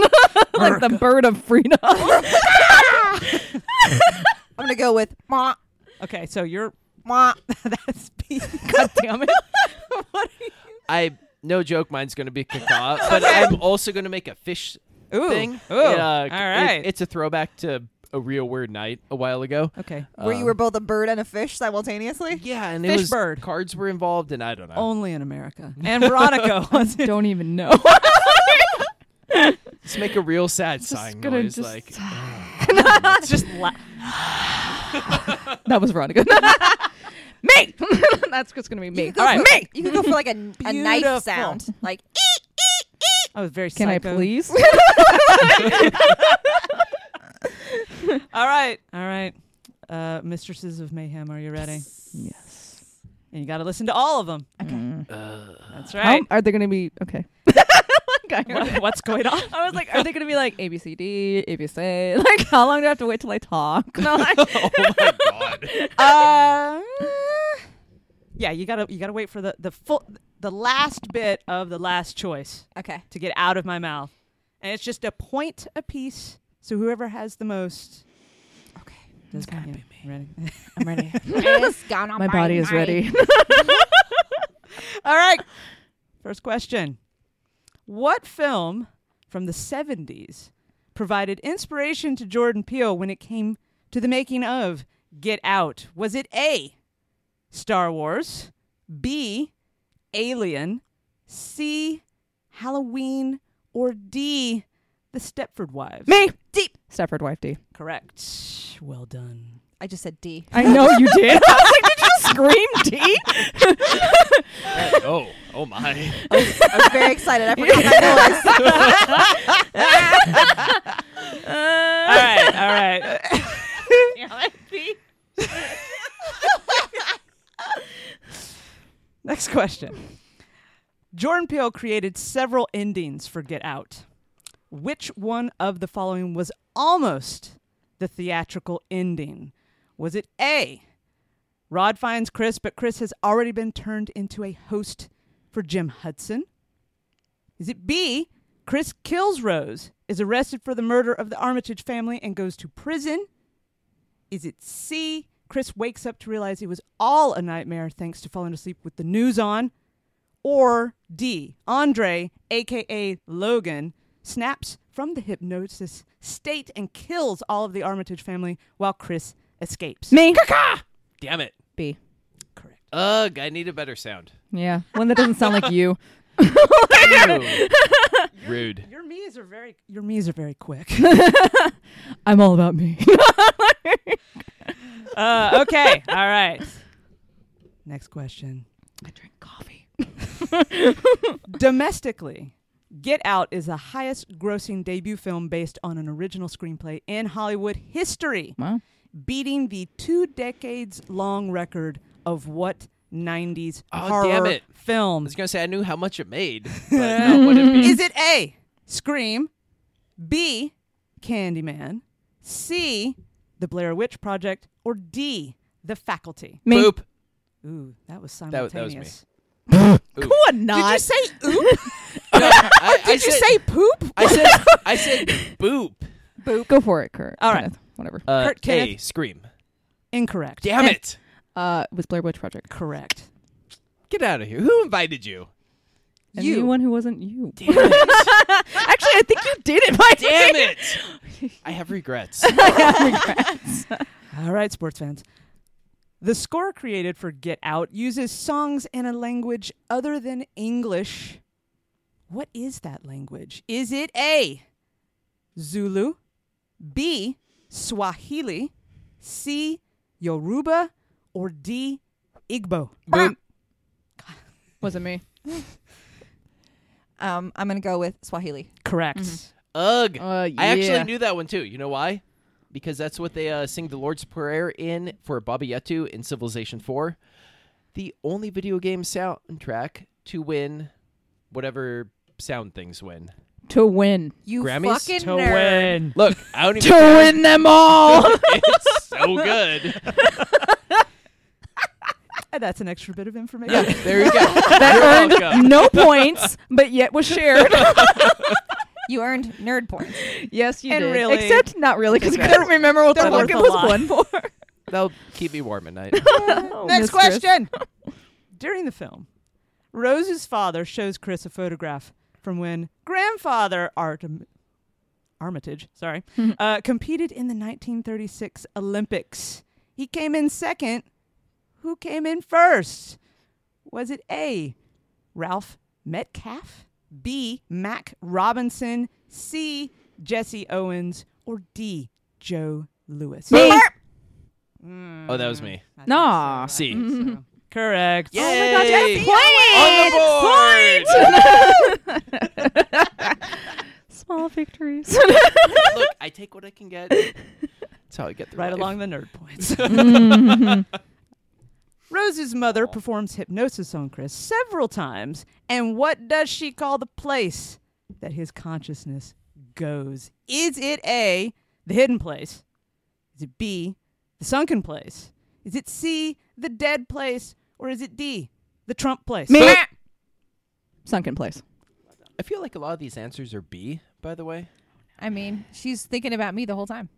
S2: like the bird of freedom.
S4: I'm gonna go with ma
S1: Okay, so you're.
S4: ma.
S1: That's B. God damn it. what are
S3: I no joke. Mine's gonna be caca, but I'm also gonna make a fish
S1: you? Ooh.
S3: thing.
S1: Ooh.
S3: It, uh,
S1: All
S3: it-
S1: right.
S3: it's a throwback to a real word night a while ago.
S1: okay.
S4: Where you
S3: Um,
S4: were both a bird and a fish simultaneously.
S3: Yeah, and it
S1: Fish
S3: was
S1: bird.
S3: cards were involved, and I don't know.
S1: Only in America. And Veronica wants it.
S2: don't even know.
S3: Just make a real sad sighing
S2: gonna
S3: noise,
S2: just-
S3: like
S1: Just la-
S2: that was Veronica. me. That's just gonna be me.
S4: You could go
S1: All right,
S4: for-
S1: me.
S4: You could go for like a, a
S1: Beautiful.
S4: knife sound, like eek, eek, eek.
S1: I was very
S2: Can I
S1: psycho.
S2: please?
S1: All right. All right. Uh, Mistresses of Mayhem, are you ready?
S2: yes.
S1: And you got to listen to all of them.
S3: uh,
S1: That's
S2: Mm. How-
S1: right.
S2: are they gonna be okay? Like, I-
S1: What- what's going on?
S2: I was like, are they gonna be like A B C D A B C? Like, how long do I have to wait till I talk? No, I,
S3: oh my god.
S1: Uh, yeah, you gotta you gotta wait for the the full the last bit of the last choice
S4: Okay.
S1: to get out of my mouth, and it's just a point apiece. So whoever has the most,
S4: Okay.
S1: does gotta be me. Ready?
S2: I'm ready.
S4: It's gonna
S2: My
S4: be
S2: body is
S4: mine.
S2: ready.
S1: All right. First question: What film from the '70s provided inspiration to Jordan Peele when it came to the making of Get Out? Was it A. Star Wars, B. Alien, C. Halloween, or D. The Stepford Wives?
S2: me.
S4: Deep.
S2: Stafford wife D.
S1: Correct. Well done.
S4: I just said D.
S2: I know you did. I was like, did you scream D?
S3: Oh, oh my.
S4: I was very excited. I forgot my voice.
S1: All right, all right. Next question. Jordan Peele created several endings for Get Out. Which one of the following was almost the theatrical ending? Was it A? Rod finds Chris, but Chris has already been turned into a host for Jim Hudson? Is it B? Chris kills Rose, is arrested for the murder of the Armitage family, and goes to prison? Is it C? Chris wakes up to realize it was all a nightmare thanks to falling asleep with the news on? Or D? Andre, aka Logan, snaps from the hypnosis state and kills all of the Armitage family while Chris escapes.
S2: Me.
S3: Damn it.
S2: B.
S1: Correct.
S3: Ugh, I need a better sound.
S2: Yeah, one that doesn't sound like you.
S3: Ew. Rude.
S1: Your me's are very your me's are very quick.
S2: I'm all about me.
S1: Uh, okay. All right. Next question.
S2: I drink coffee.
S1: Domestically, Get Out is the highest grossing debut film based on an original screenplay in Hollywood history,
S2: Wow.
S1: beating the two decades long record of what 90s
S3: Oh,
S1: horror
S3: damn it. I
S1: film.
S3: was gonna say I knew how much it made, but not what it made.
S1: Is it A, Scream, B, Candyman, C, The Blair Witch Project, or D, The Faculty?
S2: Me.
S3: Boop.
S1: Ooh, that was
S3: Mm. That wa-
S1: simultaneous.
S3: that was me.
S2: Could not.
S1: Did you say oop?
S3: I, I
S1: Did you
S3: said,
S1: say poop?
S3: I said I said boop.
S2: Go for it, Kurt.
S1: All right.
S2: Kenneth, Whatever.
S3: Uh,
S1: Kurt
S3: hey,
S1: Kenneth.
S3: scream!
S1: Incorrect.
S3: Damn it!
S2: Uh, it was Blair Witch Project.
S1: Correct.
S3: Get out of here! Who invited you?
S1: You.
S2: Anyone who wasn't you.
S3: Damn it!
S2: Actually, I think you did it. By
S3: Damn it! I have regrets.
S1: All right, sports fans. The score created for Get Out uses songs in a language other than English. What is that language? Is it A, Zulu, B, Swahili, C, Yoruba, or D, Igbo?
S3: Boop.
S2: Wasn't me.
S4: Um, I'm gonna go with Swahili.
S1: Correct.
S3: Ugh.
S2: Uh,
S3: I actually
S2: yeah.
S3: knew that one too. You know why? Because that's what they uh, sing the Lord's Prayer in for Baba Yetu in Civilization 4. The only video game soundtrack to win whatever sound things win.
S2: To win.
S4: You
S3: Grammys?
S4: fucking
S1: To
S4: nerd.
S1: win.
S3: Look, I don't
S2: To
S3: even.
S2: win them all.
S3: it's so good.
S1: Uh, That's an extra bit of information.
S3: Yeah, there you go.
S2: that
S3: You're welcome.
S2: earned no points, but yet was shared.
S4: You earned nerd points.
S2: yes, you
S1: And
S2: did.
S1: really-
S2: Except not really, because I
S1: They're-
S2: couldn't remember what the
S1: they're
S2: fuck
S1: worth
S2: it
S1: a
S2: was
S1: lot.
S2: one for.
S3: That'll keep me warm at night.
S1: Next
S2: Mistress.
S1: question. During the film, Rose's father shows Chris a photograph from when grandfather Artem- Armitage, sorry, uh, competed in the 1936 Olympics. He came in second. Who came in first? Was it A. Ralph Metcalf, B. Mac Robinson, C. Jesse Owens, or D. Joe Lewis? Hmm.
S2: Me.
S3: Oh, that was me.
S1: I think
S2: Nah.
S1: so. I
S3: See.
S1: think so. Correct.
S3: Yay! On the board!
S2: Small victories.
S3: Look, I take what I can get. That's how I get through
S1: Right
S3: life.
S1: along the nerd points. Mm-hmm. Rose's mother performs hypnosis on Chris several times, and what does she call the place that his consciousness goes? Is it A, the hidden place? Is it B, the sunken place? Is it C, the dead place? Or is it D, the Trump place?
S2: Me. Sunken place.
S3: I feel like a lot of these answers are B, by the way.
S4: I mean, she's thinking about me the whole time.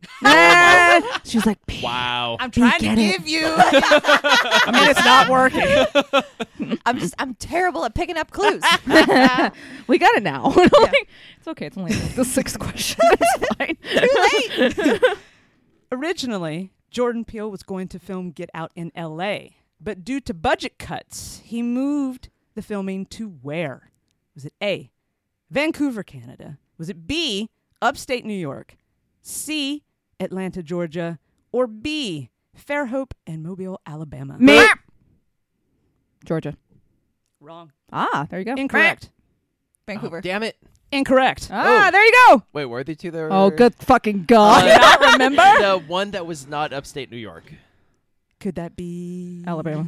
S2: She was like, "P-
S3: Wow.
S1: I'm trying to
S2: get it.
S1: give you. I mean, it's not working.
S4: I'm just I'm terrible at picking up clues.
S2: we got it now. And I'm like, it's okay. It's only the sixth question. It's fine.
S1: Originally, Jordan Peele was going to film Get Out in LA, but due to budget cuts, he moved the filming to where? Was it A, Vancouver, Canada? Was it B, upstate New York? C, Atlanta, Georgia? Or B, Fairhope and Mobile, Alabama?
S2: Me. Georgia.
S1: Wrong.
S2: Ah, there you go.
S1: Incorrect.
S4: Vancouver.
S3: Oh, Damn it.
S1: Incorrect.
S2: Ah,
S3: Oh.
S2: there you go.
S3: Wait, were the two there?
S2: Oh, good fucking god.
S3: not remember? The one that was not upstate New York.
S1: Could that be
S2: Alabama.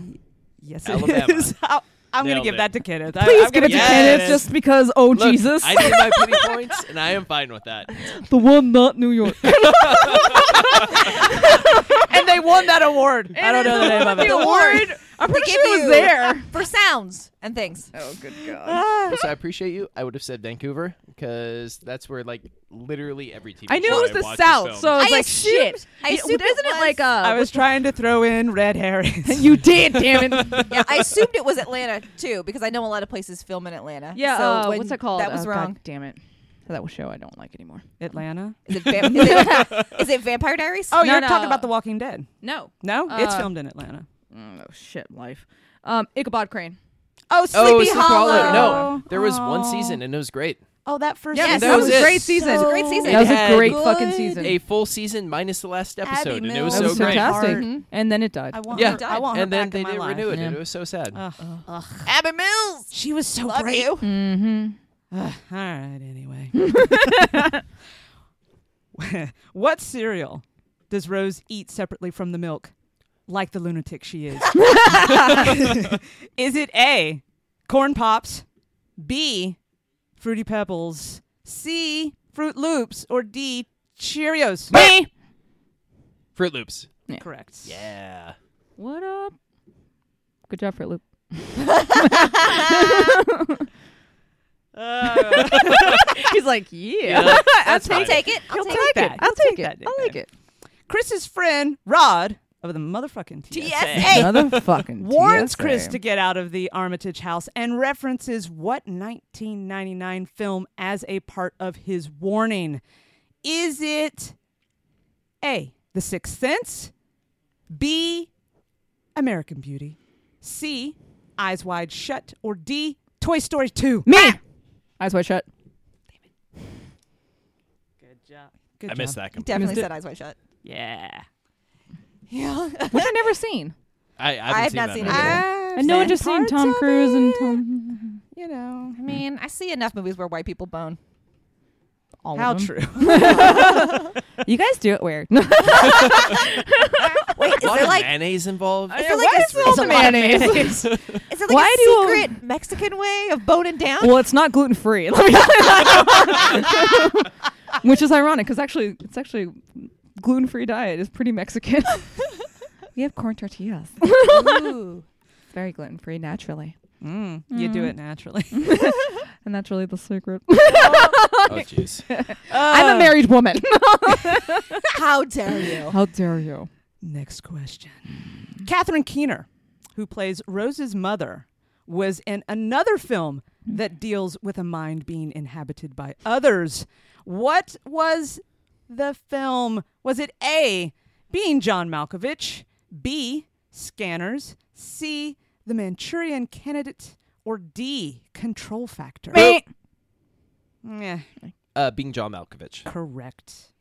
S1: Yes,
S3: Alabama.
S1: it is. I- I'm going to
S3: Nailed
S1: give
S3: it.
S1: that to Kenneth.
S2: Please
S1: I, am
S2: give it to
S3: yes.
S2: Kenneth just because, oh
S3: Look,
S2: Jesus.
S3: I did my pity points, and I am fine with that.
S2: the one not New York.
S1: And they won that award. I don't know the name of it.
S2: The award. I'm
S4: They
S2: pretty
S4: give
S2: sure it
S4: you
S2: was there.
S4: for sounds and things.
S2: Oh, good god.
S1: Ah.
S3: So I appreciate you. I would have said Vancouver because that's where like literally every TV.
S2: I knew
S3: show
S2: it was
S3: I
S2: the
S3: watch is
S2: South,
S3: filmed.
S2: so I was
S4: I
S2: like,
S4: assumed-
S2: shit.
S4: I
S2: You-
S4: assumed it
S2: isn't it
S4: was-
S2: like uh,
S1: I was trying to throw in red herrings.
S2: You did, damn it.
S4: Yeah, I assumed it was Atlanta too because I know a lot of places film in Atlanta.
S2: Yeah,
S4: so
S2: uh,
S4: when-
S2: what's it called?
S4: That was
S2: Oh,
S4: wrong.
S2: God damn it. That was show I don't like anymore.
S1: Atlanta.
S4: Is it, vam- is, it, is it Vampire Diaries?
S1: Oh,
S2: No,
S1: you're
S2: no.
S1: talking about The Walking Dead.
S2: No.
S1: No, it's
S2: Uh,
S1: filmed in Atlanta.
S2: Oh shit, life. Um, Ichabod Crane.
S1: Oh, Sleepy,
S3: Oh, Sleepy Hollow.
S1: Hollow.
S3: No, there was one
S1: Oh.
S3: season, and it was great.
S1: Oh, that first.
S2: Yes,
S1: season
S3: that was it.
S2: great season.
S4: It was a great season.
S2: Oh. That was
S3: had
S2: a great
S4: good-
S2: fucking season.
S3: A full season minus the last episode,
S1: Abby
S3: and it was
S2: that
S1: Mills.
S3: so
S1: That
S2: was
S3: great. Mm-hmm.
S2: fantastic.
S1: Heart.
S2: And then it died.
S1: I want.
S3: Yeah.
S1: Her, I want her
S3: and then
S1: back
S3: they
S1: in my
S3: didn't
S1: life.
S3: renew it, and
S2: Yeah. Oh,
S3: it was so sad.
S1: Ugh.
S4: Abby Mills.
S1: She was so
S4: Love
S1: great.
S4: you.
S2: Mm-hmm.
S1: Ugh, all right. Anyway, what cereal does Rose eat separately from the milk? like the lunatic she is. is it A, corn pops, B, fruity pebbles, C, Fruit Loops, or D, Cheerios?
S2: Me.
S3: Fruit Loops.
S1: Correct.
S3: Yeah.
S2: What up? Good job, Fruit Loop. He's like, yeah.
S3: That's
S4: I'll
S3: fine.
S4: take it. I'll
S1: He'll
S4: take
S1: take
S4: it.
S1: that. He'll
S2: I'll take it.
S1: that
S2: I'll
S1: nickname.
S2: take it.
S1: Chris's friend, Rod, of the motherfucking TSA,
S4: TSA.
S2: Motherfucking
S1: warns
S2: TSA.
S1: Chris to get out of the Armitage house and references what 1999 film as a part of his warning. Is it A, The Sixth Sense, B, American Beauty, C, Eyes Wide Shut, or D, Toy Story 2?
S2: me. Eyes wide shut.
S1: Good job. Good
S3: I missed that. Completely.
S4: Definitely
S1: Missed it.
S4: said eyes wide shut.
S1: Yeah.
S4: Yeah.
S2: Which I've never seen.
S3: I, I haven't seen Uh,
S4: I have not
S3: that
S4: seen
S3: movie.
S4: it.
S2: And no one just seen
S1: parts
S2: Tom
S1: of
S2: Cruise and
S1: it.
S2: Tom.
S1: You know.
S2: hmm.
S4: I mean, I see enough movies where white people bone.
S2: All
S1: How
S2: of them.
S1: true.
S2: You guys do it weird.
S4: Wait, is
S3: A lot
S4: there
S3: of
S4: like
S3: mayonnaise involved.
S4: I feel like it's, it's, a lot of mayonnaise. is there like
S2: Why
S4: a
S2: do all-
S4: secret Mexican way of boning down?
S2: well, it's not gluten free. Let me tell you that. Which is ironic because actually, it's actually gluten free diet is pretty Mexican. we have corn tortillas.
S4: Ooh.
S2: It's very gluten free naturally,
S1: Mm, You do it naturally.
S2: and that's really the secret.
S3: oh jeez.
S2: I'm a married woman.
S4: How dare you?
S2: How dare you?
S1: Next question. Catherine Keener, who plays Rose's mother, was in another film that deals with a mind being inhabited by others. What was the film? Was it A, being John Malkovich, B, Scanners, C, The Manchurian Candidate, or D, Control Factor?
S2: Me.
S1: Yeah,
S3: Uh, being John Malkovich.
S1: correct.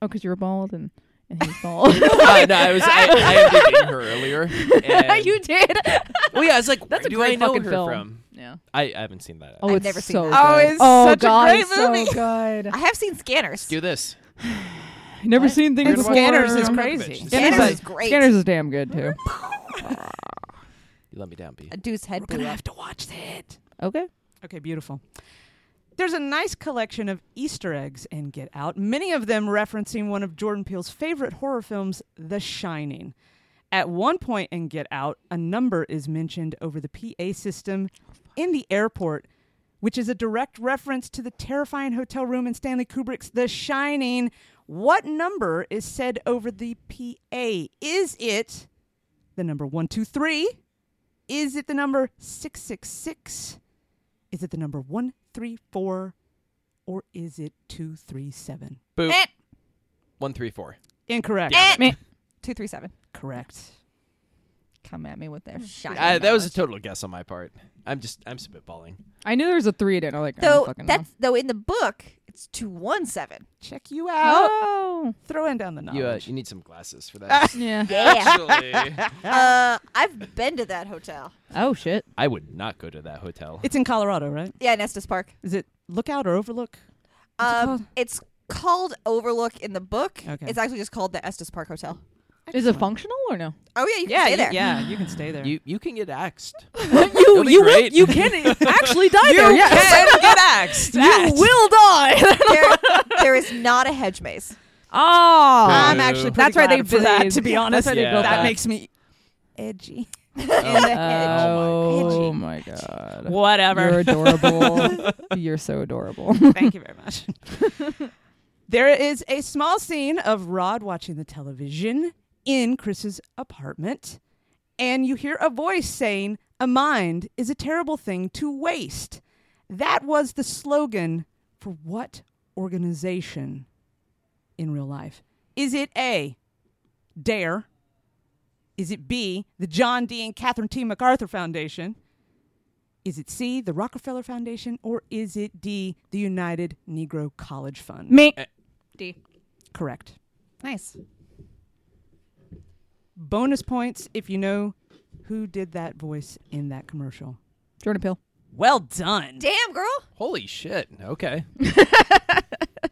S2: Oh, because you were bald and, and he's bald.
S3: uh, no, I was I, I am dating her earlier. And,
S2: you did.
S3: well, yeah, I was like, where
S2: That's a
S3: do I
S2: great
S3: know
S2: fucking
S3: her
S2: film.
S3: from?
S2: Yeah.
S3: I, I haven't seen that.
S2: Oh,
S4: I've
S2: it's
S4: never seen
S2: so
S4: that.
S1: Oh,
S2: good.
S1: it's
S2: oh,
S1: such a
S2: God,
S1: great
S2: it's so
S1: movie.
S2: good.
S4: I have seen scanners.
S3: Do this.
S2: Never seen things
S1: And
S2: before.
S1: Scanners is
S3: John
S1: crazy.
S3: Malkovich.
S4: Scanners
S2: Anybody-
S4: is great.
S2: Scanners is damn good too.
S1: Mm-hmm.
S3: You let me down, B.
S4: a dude's head
S1: Gonna
S4: blew up.
S1: have to watch that.
S2: Okay.
S1: Okay, beautiful. There's a nice collection of Easter eggs in Get Out, many of them referencing one of Jordan Peele's favorite horror films, The Shining. At one point in Get Out, a number is mentioned over the PA system in the airport, which is a direct reference to the terrifying hotel room in Stanley Kubrick's The Shining. What number is said over the PA? Is it the number 123? Is it the number 666? Is it the number 134 or is it 237?
S3: Boop.
S4: Eh.
S3: One, three, four.
S1: Incorrect.
S4: Eh.
S2: Me.
S4: Two three seven.
S1: Correct.
S4: Come at me with their shot.
S3: I, that was a total guess on my part. I'm just I'm spitballing.
S2: I knew there was a three in it. I was like, I don't
S4: though.
S2: fucking know.
S4: That's though in the book it's two one seven.
S1: Check you out.
S2: oh.
S1: Throwing down the knowledge.
S3: You uh, you need some glasses for that.
S2: Yeah.
S4: Yeah.
S3: Actually,
S4: uh, I've been to that hotel.
S2: Oh shit.
S3: I would not go to that hotel.
S1: it's in Colorado, right?
S4: Yeah, in Estes Park.
S1: Is it Lookout or Overlook?
S4: Um, it's called Overlook in the book.
S1: Okay.
S4: It's actually just called the Estes Park Hotel.
S2: Is it functional or no?
S4: Oh yeah, you can
S1: Yeah,
S4: stay
S1: you,
S4: there.
S1: yeah, you can stay there.
S3: you you can get axed.
S2: you
S3: be you will- great. you
S2: can actually die
S1: You can get axed. Axed.
S2: will die.
S4: There- there is not a hedge maze.
S2: oh.
S1: I'm actually pretty
S2: That's why
S1: glad
S2: they
S1: for that,
S2: blazed.
S1: to be
S2: That's
S1: honest.
S3: why they built
S1: that,
S3: that.
S1: makes me edgy.
S2: oh,
S4: Oh
S2: my god. You're
S1: Whatever.
S2: adorable. You're so adorable.
S1: Thank you very much. there is a small scene of Rod watching the television in Chris's apartment, and you hear a voice saying, A mind is a terrible thing to waste. That was the slogan for what organization in real life? Is it A, DARE? Is it B, the John D. and Catherine T. MacArthur Foundation? Is it C, the Rockefeller Foundation, or is it D, the United Negro College Fund?
S2: Me.
S4: D.
S1: Correct.
S4: Nice.
S1: Bonus points if you know who did that voice in that commercial.
S2: Jordan Peele.
S1: Well done.
S4: Damn, girl.
S3: Holy shit. Okay.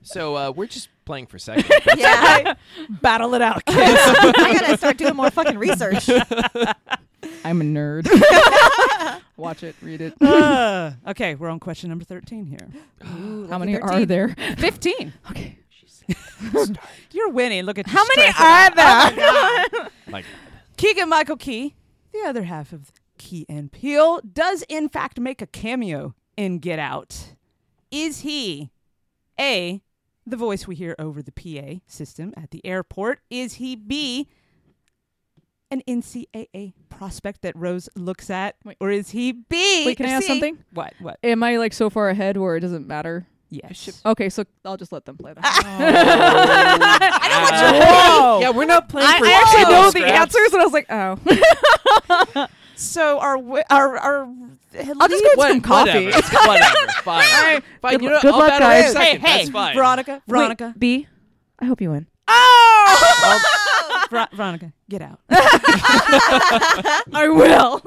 S3: So uh, we're just playing for seconds.
S4: yeah,
S1: Battle it out, kids.
S4: I gotta start doing more fucking research.
S2: I'm a nerd. Watch it, read it.
S1: Uh, okay, we're on question number 13 here.
S2: How many are there?
S1: 15.
S2: Okay.
S1: You're winning. Look at you
S2: How many
S1: stressing out.
S2: are there?
S3: My God.
S1: Keegan Michael Key, the other half of Key and Peele, does in fact make a cameo in Get Out. Is he A, the voice we hear over the PA system at the airport? Is he B, an NCAA prospect that Rose looks at?
S2: Wait.
S1: Or is he B?
S2: Wait, can I ask
S1: C?
S2: something?
S1: What? What?
S2: Am I Oh. like so far ahead where it doesn't matter?
S1: Yes.
S2: Okay, so I'll just let them play that.
S4: I don't want your
S1: Whoa.
S3: Yeah, we're not playing
S2: I,
S3: for
S2: I actually know the
S3: scraps.
S2: answers, and I was like, oh.
S1: So our wi- our our
S2: I'll just go get some coffee.
S3: Whatever. Whatever. Fine. Fine.
S2: Good
S3: you
S2: lu-
S3: know,
S2: good
S3: I'll
S2: luck,
S3: battle it
S2: guys.
S3: a second.
S1: Hey, hey,
S3: That's fine.
S1: Veronica, Veronica,
S2: Wait, B, I hope you win.
S1: Oh, Ver- Veronica, get out. I will.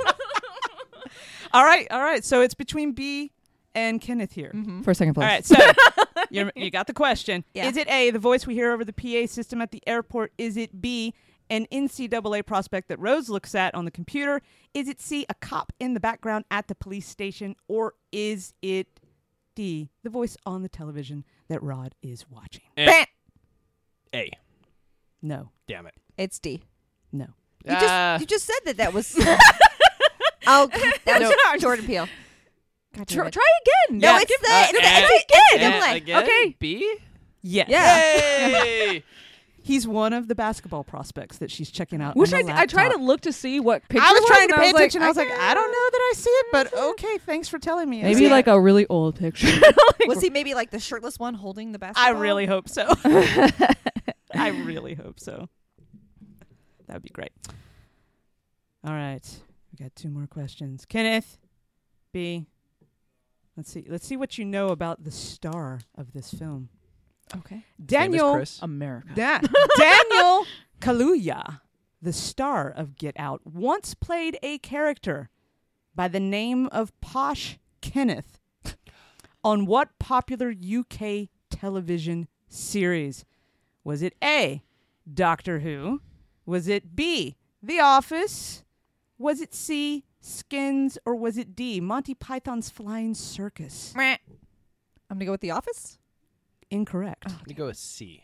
S1: all right, all right. So it's between B and Kenneth here.
S2: First, second place.
S1: All right, so you're, you got the question.
S4: Yeah.
S1: Is it A, the voice we hear over the PA system at the airport? Is it B, an NCAA prospect that Rose looks at on the computer? Is it C, a cop in the background at the police station? Or is it D, the voice on the television that Rod is watching?
S4: Bam.
S3: Eh. Hey,
S1: No,
S3: damn it.
S4: It's D.
S1: no.
S4: You just
S3: Ah.
S4: you just said that that was. oh, that was Jordan Peele. God damn
S2: Try,
S4: it.
S2: try again.
S4: No, it's the
S3: Uh,
S4: it's, the-
S3: eh,
S4: it's, the-
S3: eh,
S4: double A.
S3: again?
S2: Okay.
S3: B?
S1: Yes.
S4: Yeah.
S3: Hey!
S1: He's one of the basketball prospects that she's checking out.
S2: Which I,
S1: on the
S2: I tried to
S1: laptop.
S2: look to see what picture.
S1: I was trying to
S2: and
S1: pay
S2: was like,
S1: attention. I was like, I don't know that I see it, but okay, thanks for telling me. I see
S2: Maybe
S1: it.
S2: like a really old picture.
S4: Was he maybe like the shirtless one holding the
S1: I
S4: basketball?
S1: really hope so. I really hope so. That would be great. All right, we got two more questions. Kenneth, B. Let's see. Let's see what you know about the star of this film,
S2: okay.
S1: Daniel.
S3: Famous Chris.
S2: Um, America.
S1: Da- Daniel Kaluuya, the star of Get Out, once played a character by the name of Posh Kenneth on what popular UK television series? Was it A, Doctor Who? Was it B, The Office? Was it C, Skins? Or was it D, Monty Python's Flying Circus?
S4: I'm gonna go with the office.
S1: Incorrect.
S3: You go with C.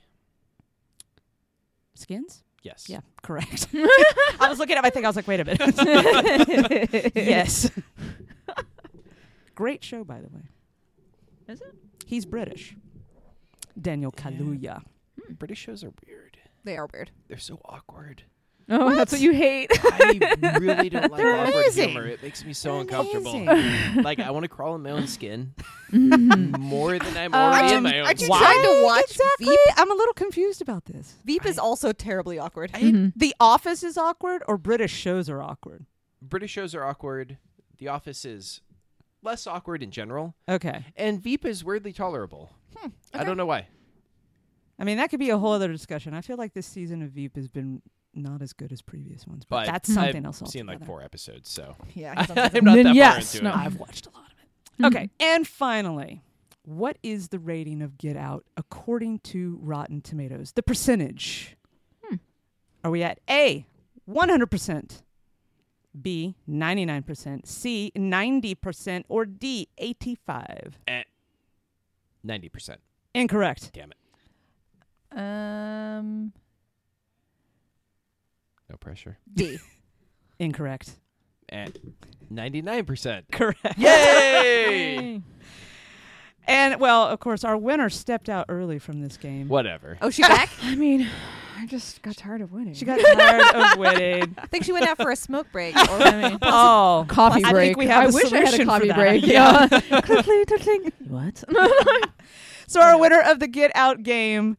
S1: Skins?
S3: Yes.
S1: Yeah, correct. I was looking at my thing. I was like, wait a minute. yes. Great show, by the way.
S2: Is it?
S1: He's British. Daniel Kaluuya.
S3: British shows are weird.
S4: They are weird.
S3: They're so awkward.
S2: Oh, that's what you hate.
S3: I really don't like
S1: They're
S3: awkward
S1: amazing.
S3: humor. It makes me so
S1: They're
S3: uncomfortable.
S1: amazing.
S3: like I want to crawl in my own skin more than I'm already
S1: Um,
S3: in my own.
S4: aren't you
S3: skin.
S4: trying to watch
S1: exactly.
S4: Veep?
S1: I'm a little confused about this.
S4: Veep is also terribly awkward.
S3: I-
S1: The Office is awkward, or British shows are awkward.
S3: British shows are awkward. The Office is less awkward in general,
S1: Okay.
S3: and Veep is weirdly tolerable. I don't know why.
S1: I mean, that could be a whole other discussion. I feel like this season of Veep has been not as good as previous ones, but,
S3: But
S1: that's something
S3: I've
S1: else.
S3: seen like
S1: altogether.
S3: four episodes, so
S4: Yeah, he's on
S3: I'm
S4: something.
S3: not
S2: Then
S3: that
S2: yes,
S3: far into
S2: no.
S3: it.
S1: I've watched a lot of
S2: Mm-hmm.
S1: it. Okay. And finally, what is the rating of Get Out according to Rotten Tomatoes? The percentage.
S2: Hmm.
S1: Are we at A, 100%, B, 99%, C, 90%, or D, 85?
S3: Ninety percent.
S1: Incorrect.
S3: Damn it.
S2: um,
S3: No pressure.
S4: D.
S1: Incorrect.
S3: At ninety-nine percent.
S1: Correct.
S3: Yay!
S1: And well, of course, our winner stepped out early from this game.
S3: Whatever.
S4: Oh, she back?
S2: I mean, I just got tired of winning.
S1: She got tired of winning.
S4: I think she went out for a smoke break. Or
S1: Oh,
S2: coffee
S1: I
S2: break.
S1: think we have
S2: I
S1: a
S2: wish I had
S1: solution
S2: a
S1: for
S2: coffee
S1: that.
S2: break. Yeah. Click, click, click, click. what?
S1: So our winner of the Get Out game,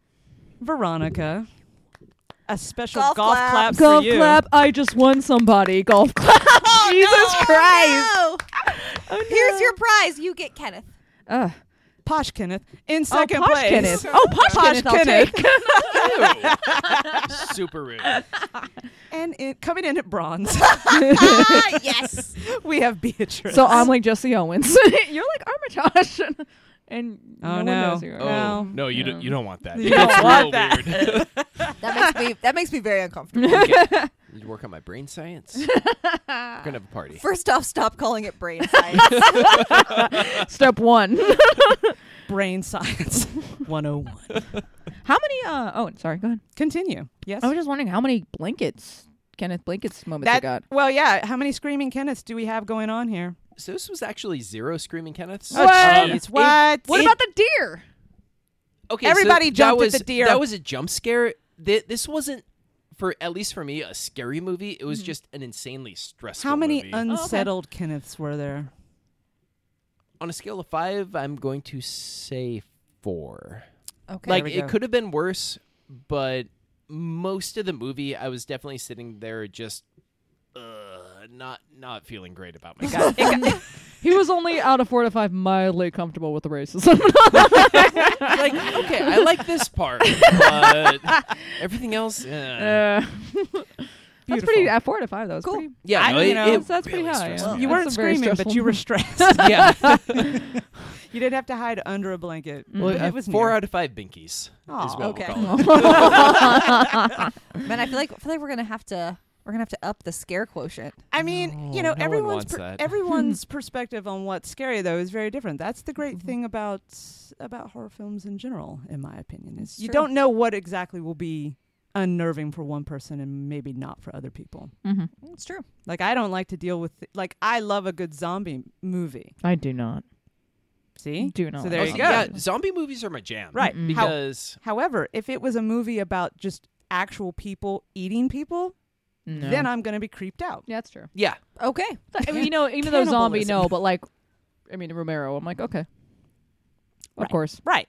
S1: Veronica. A special golf,
S4: Golf
S1: clap,
S4: clap.
S1: for
S2: Golf
S1: you.
S2: clap. I just won somebody. Golf clap. Jesus Christ.
S4: Oh, no. Here's your prize. You get Kenneth.
S2: Ugh.
S1: Posh Kenneth in
S2: Oh,
S1: second
S2: Posh
S1: place.
S2: Kenneth. Oh, Posh,
S1: Posh
S2: Kenneth. I'll
S1: Kenneth.
S2: take.
S3: Super rude.
S1: And it, coming in at bronze,
S4: ah, yes.
S1: we have Beatrice.
S2: So I'm like Jesse Owens. You're like Armitage. and
S1: Oh,
S2: no,
S1: no.
S2: one knows who you are.
S1: Oh. No.
S3: no, you don't. You don't want that.
S1: You
S3: It gets
S1: don't want
S3: real
S1: that.
S3: weird.
S4: That makes me that makes me very uncomfortable.
S3: okay. Need to work on my brain science. We're gonna have a party.
S4: First off, stop calling it brain science.
S2: Step one.
S1: Brain science 101.
S2: how many? Uh, oh, sorry. Go ahead.
S1: Continue. Yes.
S2: I was just wondering how many blankets Kenneth blankets moments you got.
S1: well, yeah. How many screaming Kenneths do we have going on here?
S3: So this was actually zero screaming Kenneths. Um,
S1: Oh, What? jeez. What?
S2: What
S1: It-
S2: about the deer?
S3: Okay, so
S1: Everybody
S3: that
S1: jumped at
S3: was-
S1: the deer.
S3: That was a jump scare. Th- This wasn't for at least for me a scary movie. It was just an insanely stressful.
S1: Mm. How many
S3: movie.
S1: unsettled Kenneths were there?
S3: on a scale of five? I'm going to say four.
S2: Okay.
S3: Like
S1: we go.
S3: it could have been worse, but most of the movie, I was definitely sitting there just uh, not not feeling great about myself.
S2: he was only out of four to five mildly comfortable with the racism.
S3: like okay, I like this part, but everything else. Uh,
S2: that's
S1: Beautiful.
S2: pretty at four to five. That was
S1: Cool.
S2: pretty.
S3: yeah,
S1: I-
S3: no,
S1: you
S3: it-
S1: know,
S3: it
S2: that's pretty
S3: really
S2: high,
S3: stressed
S2: yeah.
S3: me
S1: You
S3: out.
S2: That's
S1: weren't
S2: a very
S1: screaming, but
S2: stressful
S1: you were stressed.
S3: yeah.
S1: you didn't have to hide under a blanket.
S3: Well,
S1: But
S3: uh,
S1: it was
S3: four
S1: near.
S3: out of five binkies.
S1: Aw,
S3: is what
S4: okay.
S3: We'll call it.
S4: Man, I feel like I feel like we're gonna have to we're gonna have to up the scare quotient.
S1: I mean, you
S3: No
S1: know,
S3: one
S1: everyone's
S3: wants that.
S1: everyone's perspective on what's scary though is very different. That's the
S3: Mm-hmm.
S1: great thing about about horror films in general, in my opinion, is
S4: It's
S1: you
S4: true.
S1: don't know what exactly will be unnerving for one person and maybe not for other people.
S2: Mm-hmm.
S4: It's true.
S1: Like I don't like to deal with like I love a good zombie movie.
S2: I do not.
S1: See?
S2: Do not.
S1: So there
S3: Oh,
S1: you
S3: so-
S1: go.
S3: Yeah, zombie movies are my jam.
S1: Right.
S2: Mm-mm.
S1: How-
S3: Because
S1: however, if it was a movie about just actual people eating people,
S2: No.
S1: then I'm going to be creeped out.
S2: yeah, that's true.
S3: yeah,
S4: Okay.
S2: I mean, you know, even though zombie,
S1: Cannibalism.
S2: no, but like, I mean, Romero. I'm like, okay,
S1: Right.
S2: of course.
S1: Right.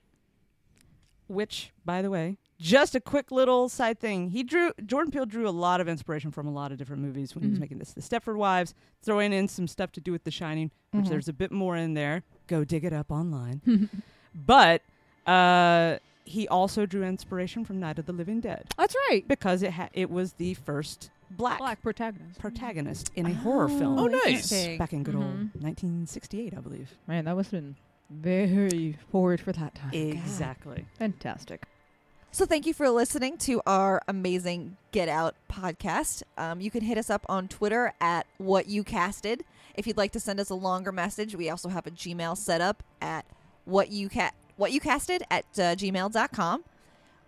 S1: Which, by the way, just a quick little side thing. He drew Jordan Peele drew a lot of inspiration from a lot of different movies
S3: Mm-hmm.
S1: when he was
S2: Mhm.
S1: making this. The Stepford Wives, throwing in some stuff to do with The Shining, which
S3: Mm-hmm.
S4: Mhm.
S1: there's a bit more in there. Go dig it up online. but uh, he also drew inspiration from Night of the Living Dead
S2: That's right.
S1: because it ha- it was the first black,
S2: Black protagonist.
S1: protagonist in a horror film
S3: Oh, nice. Mm-hmm.
S1: back in good old
S2: Mhm.
S1: 1968, I believe.
S2: Man, that must have been very forward for that
S3: Oh,
S2: time.
S1: Exactly.
S2: Fantastic.
S4: So thank you for listening to our amazing Get Out podcast. Um, you can hit us up on Twitter at what you casted. If you'd like to send us a longer message, we also have a Gmail set up at what you ca- what you casted at uh, gmail.com.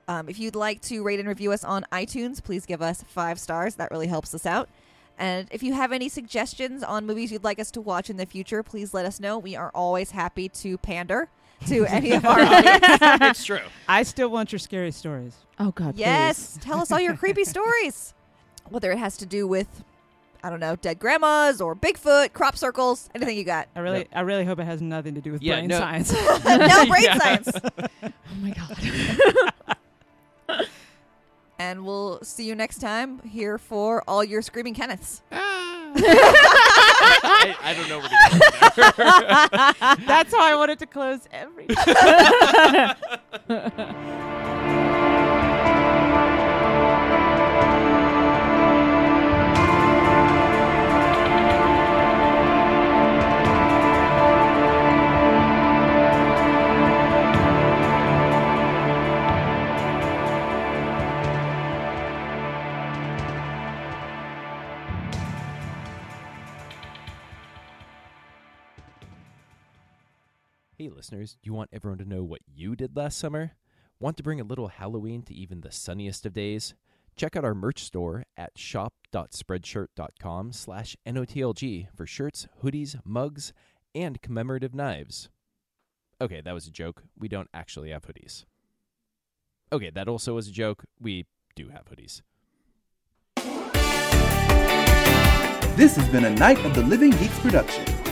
S4: Um, if you'd like to rate and review us on iTunes, please give us five stars. That really helps us out. And if you have any suggestions on movies you'd like us to watch in the future, please let us know. We are always happy to pander to any of our audience.
S3: it's true.
S1: I still want your scary stories.
S2: Oh God.
S4: Yes, tell us all your creepy stories. Whether it has to do with, I don't know, dead grandmas or Bigfoot, crop circles, anything you got.
S1: I really, I really hope it has nothing to do with
S3: Yeah,
S1: brain
S3: no.
S1: science.
S4: no brain science.
S2: Oh my God.
S4: And we'll see you next time here for all your screaming Kenneths.
S3: I, I don't know where to go.
S1: That's how I wanted to close every.
S3: Hey, listeners, you want everyone to know what you did last summer? Want to bring a little Halloween to even the sunniest of days? Check out our merch store at shop.spreadshirt.com slash NOTLG for shirts, hoodies, mugs, and commemorative knives. Okay, that was a joke. We don't actually have hoodies. Okay, that also was a joke. We do have hoodies.
S5: This has been a Night of the Living Geeks production.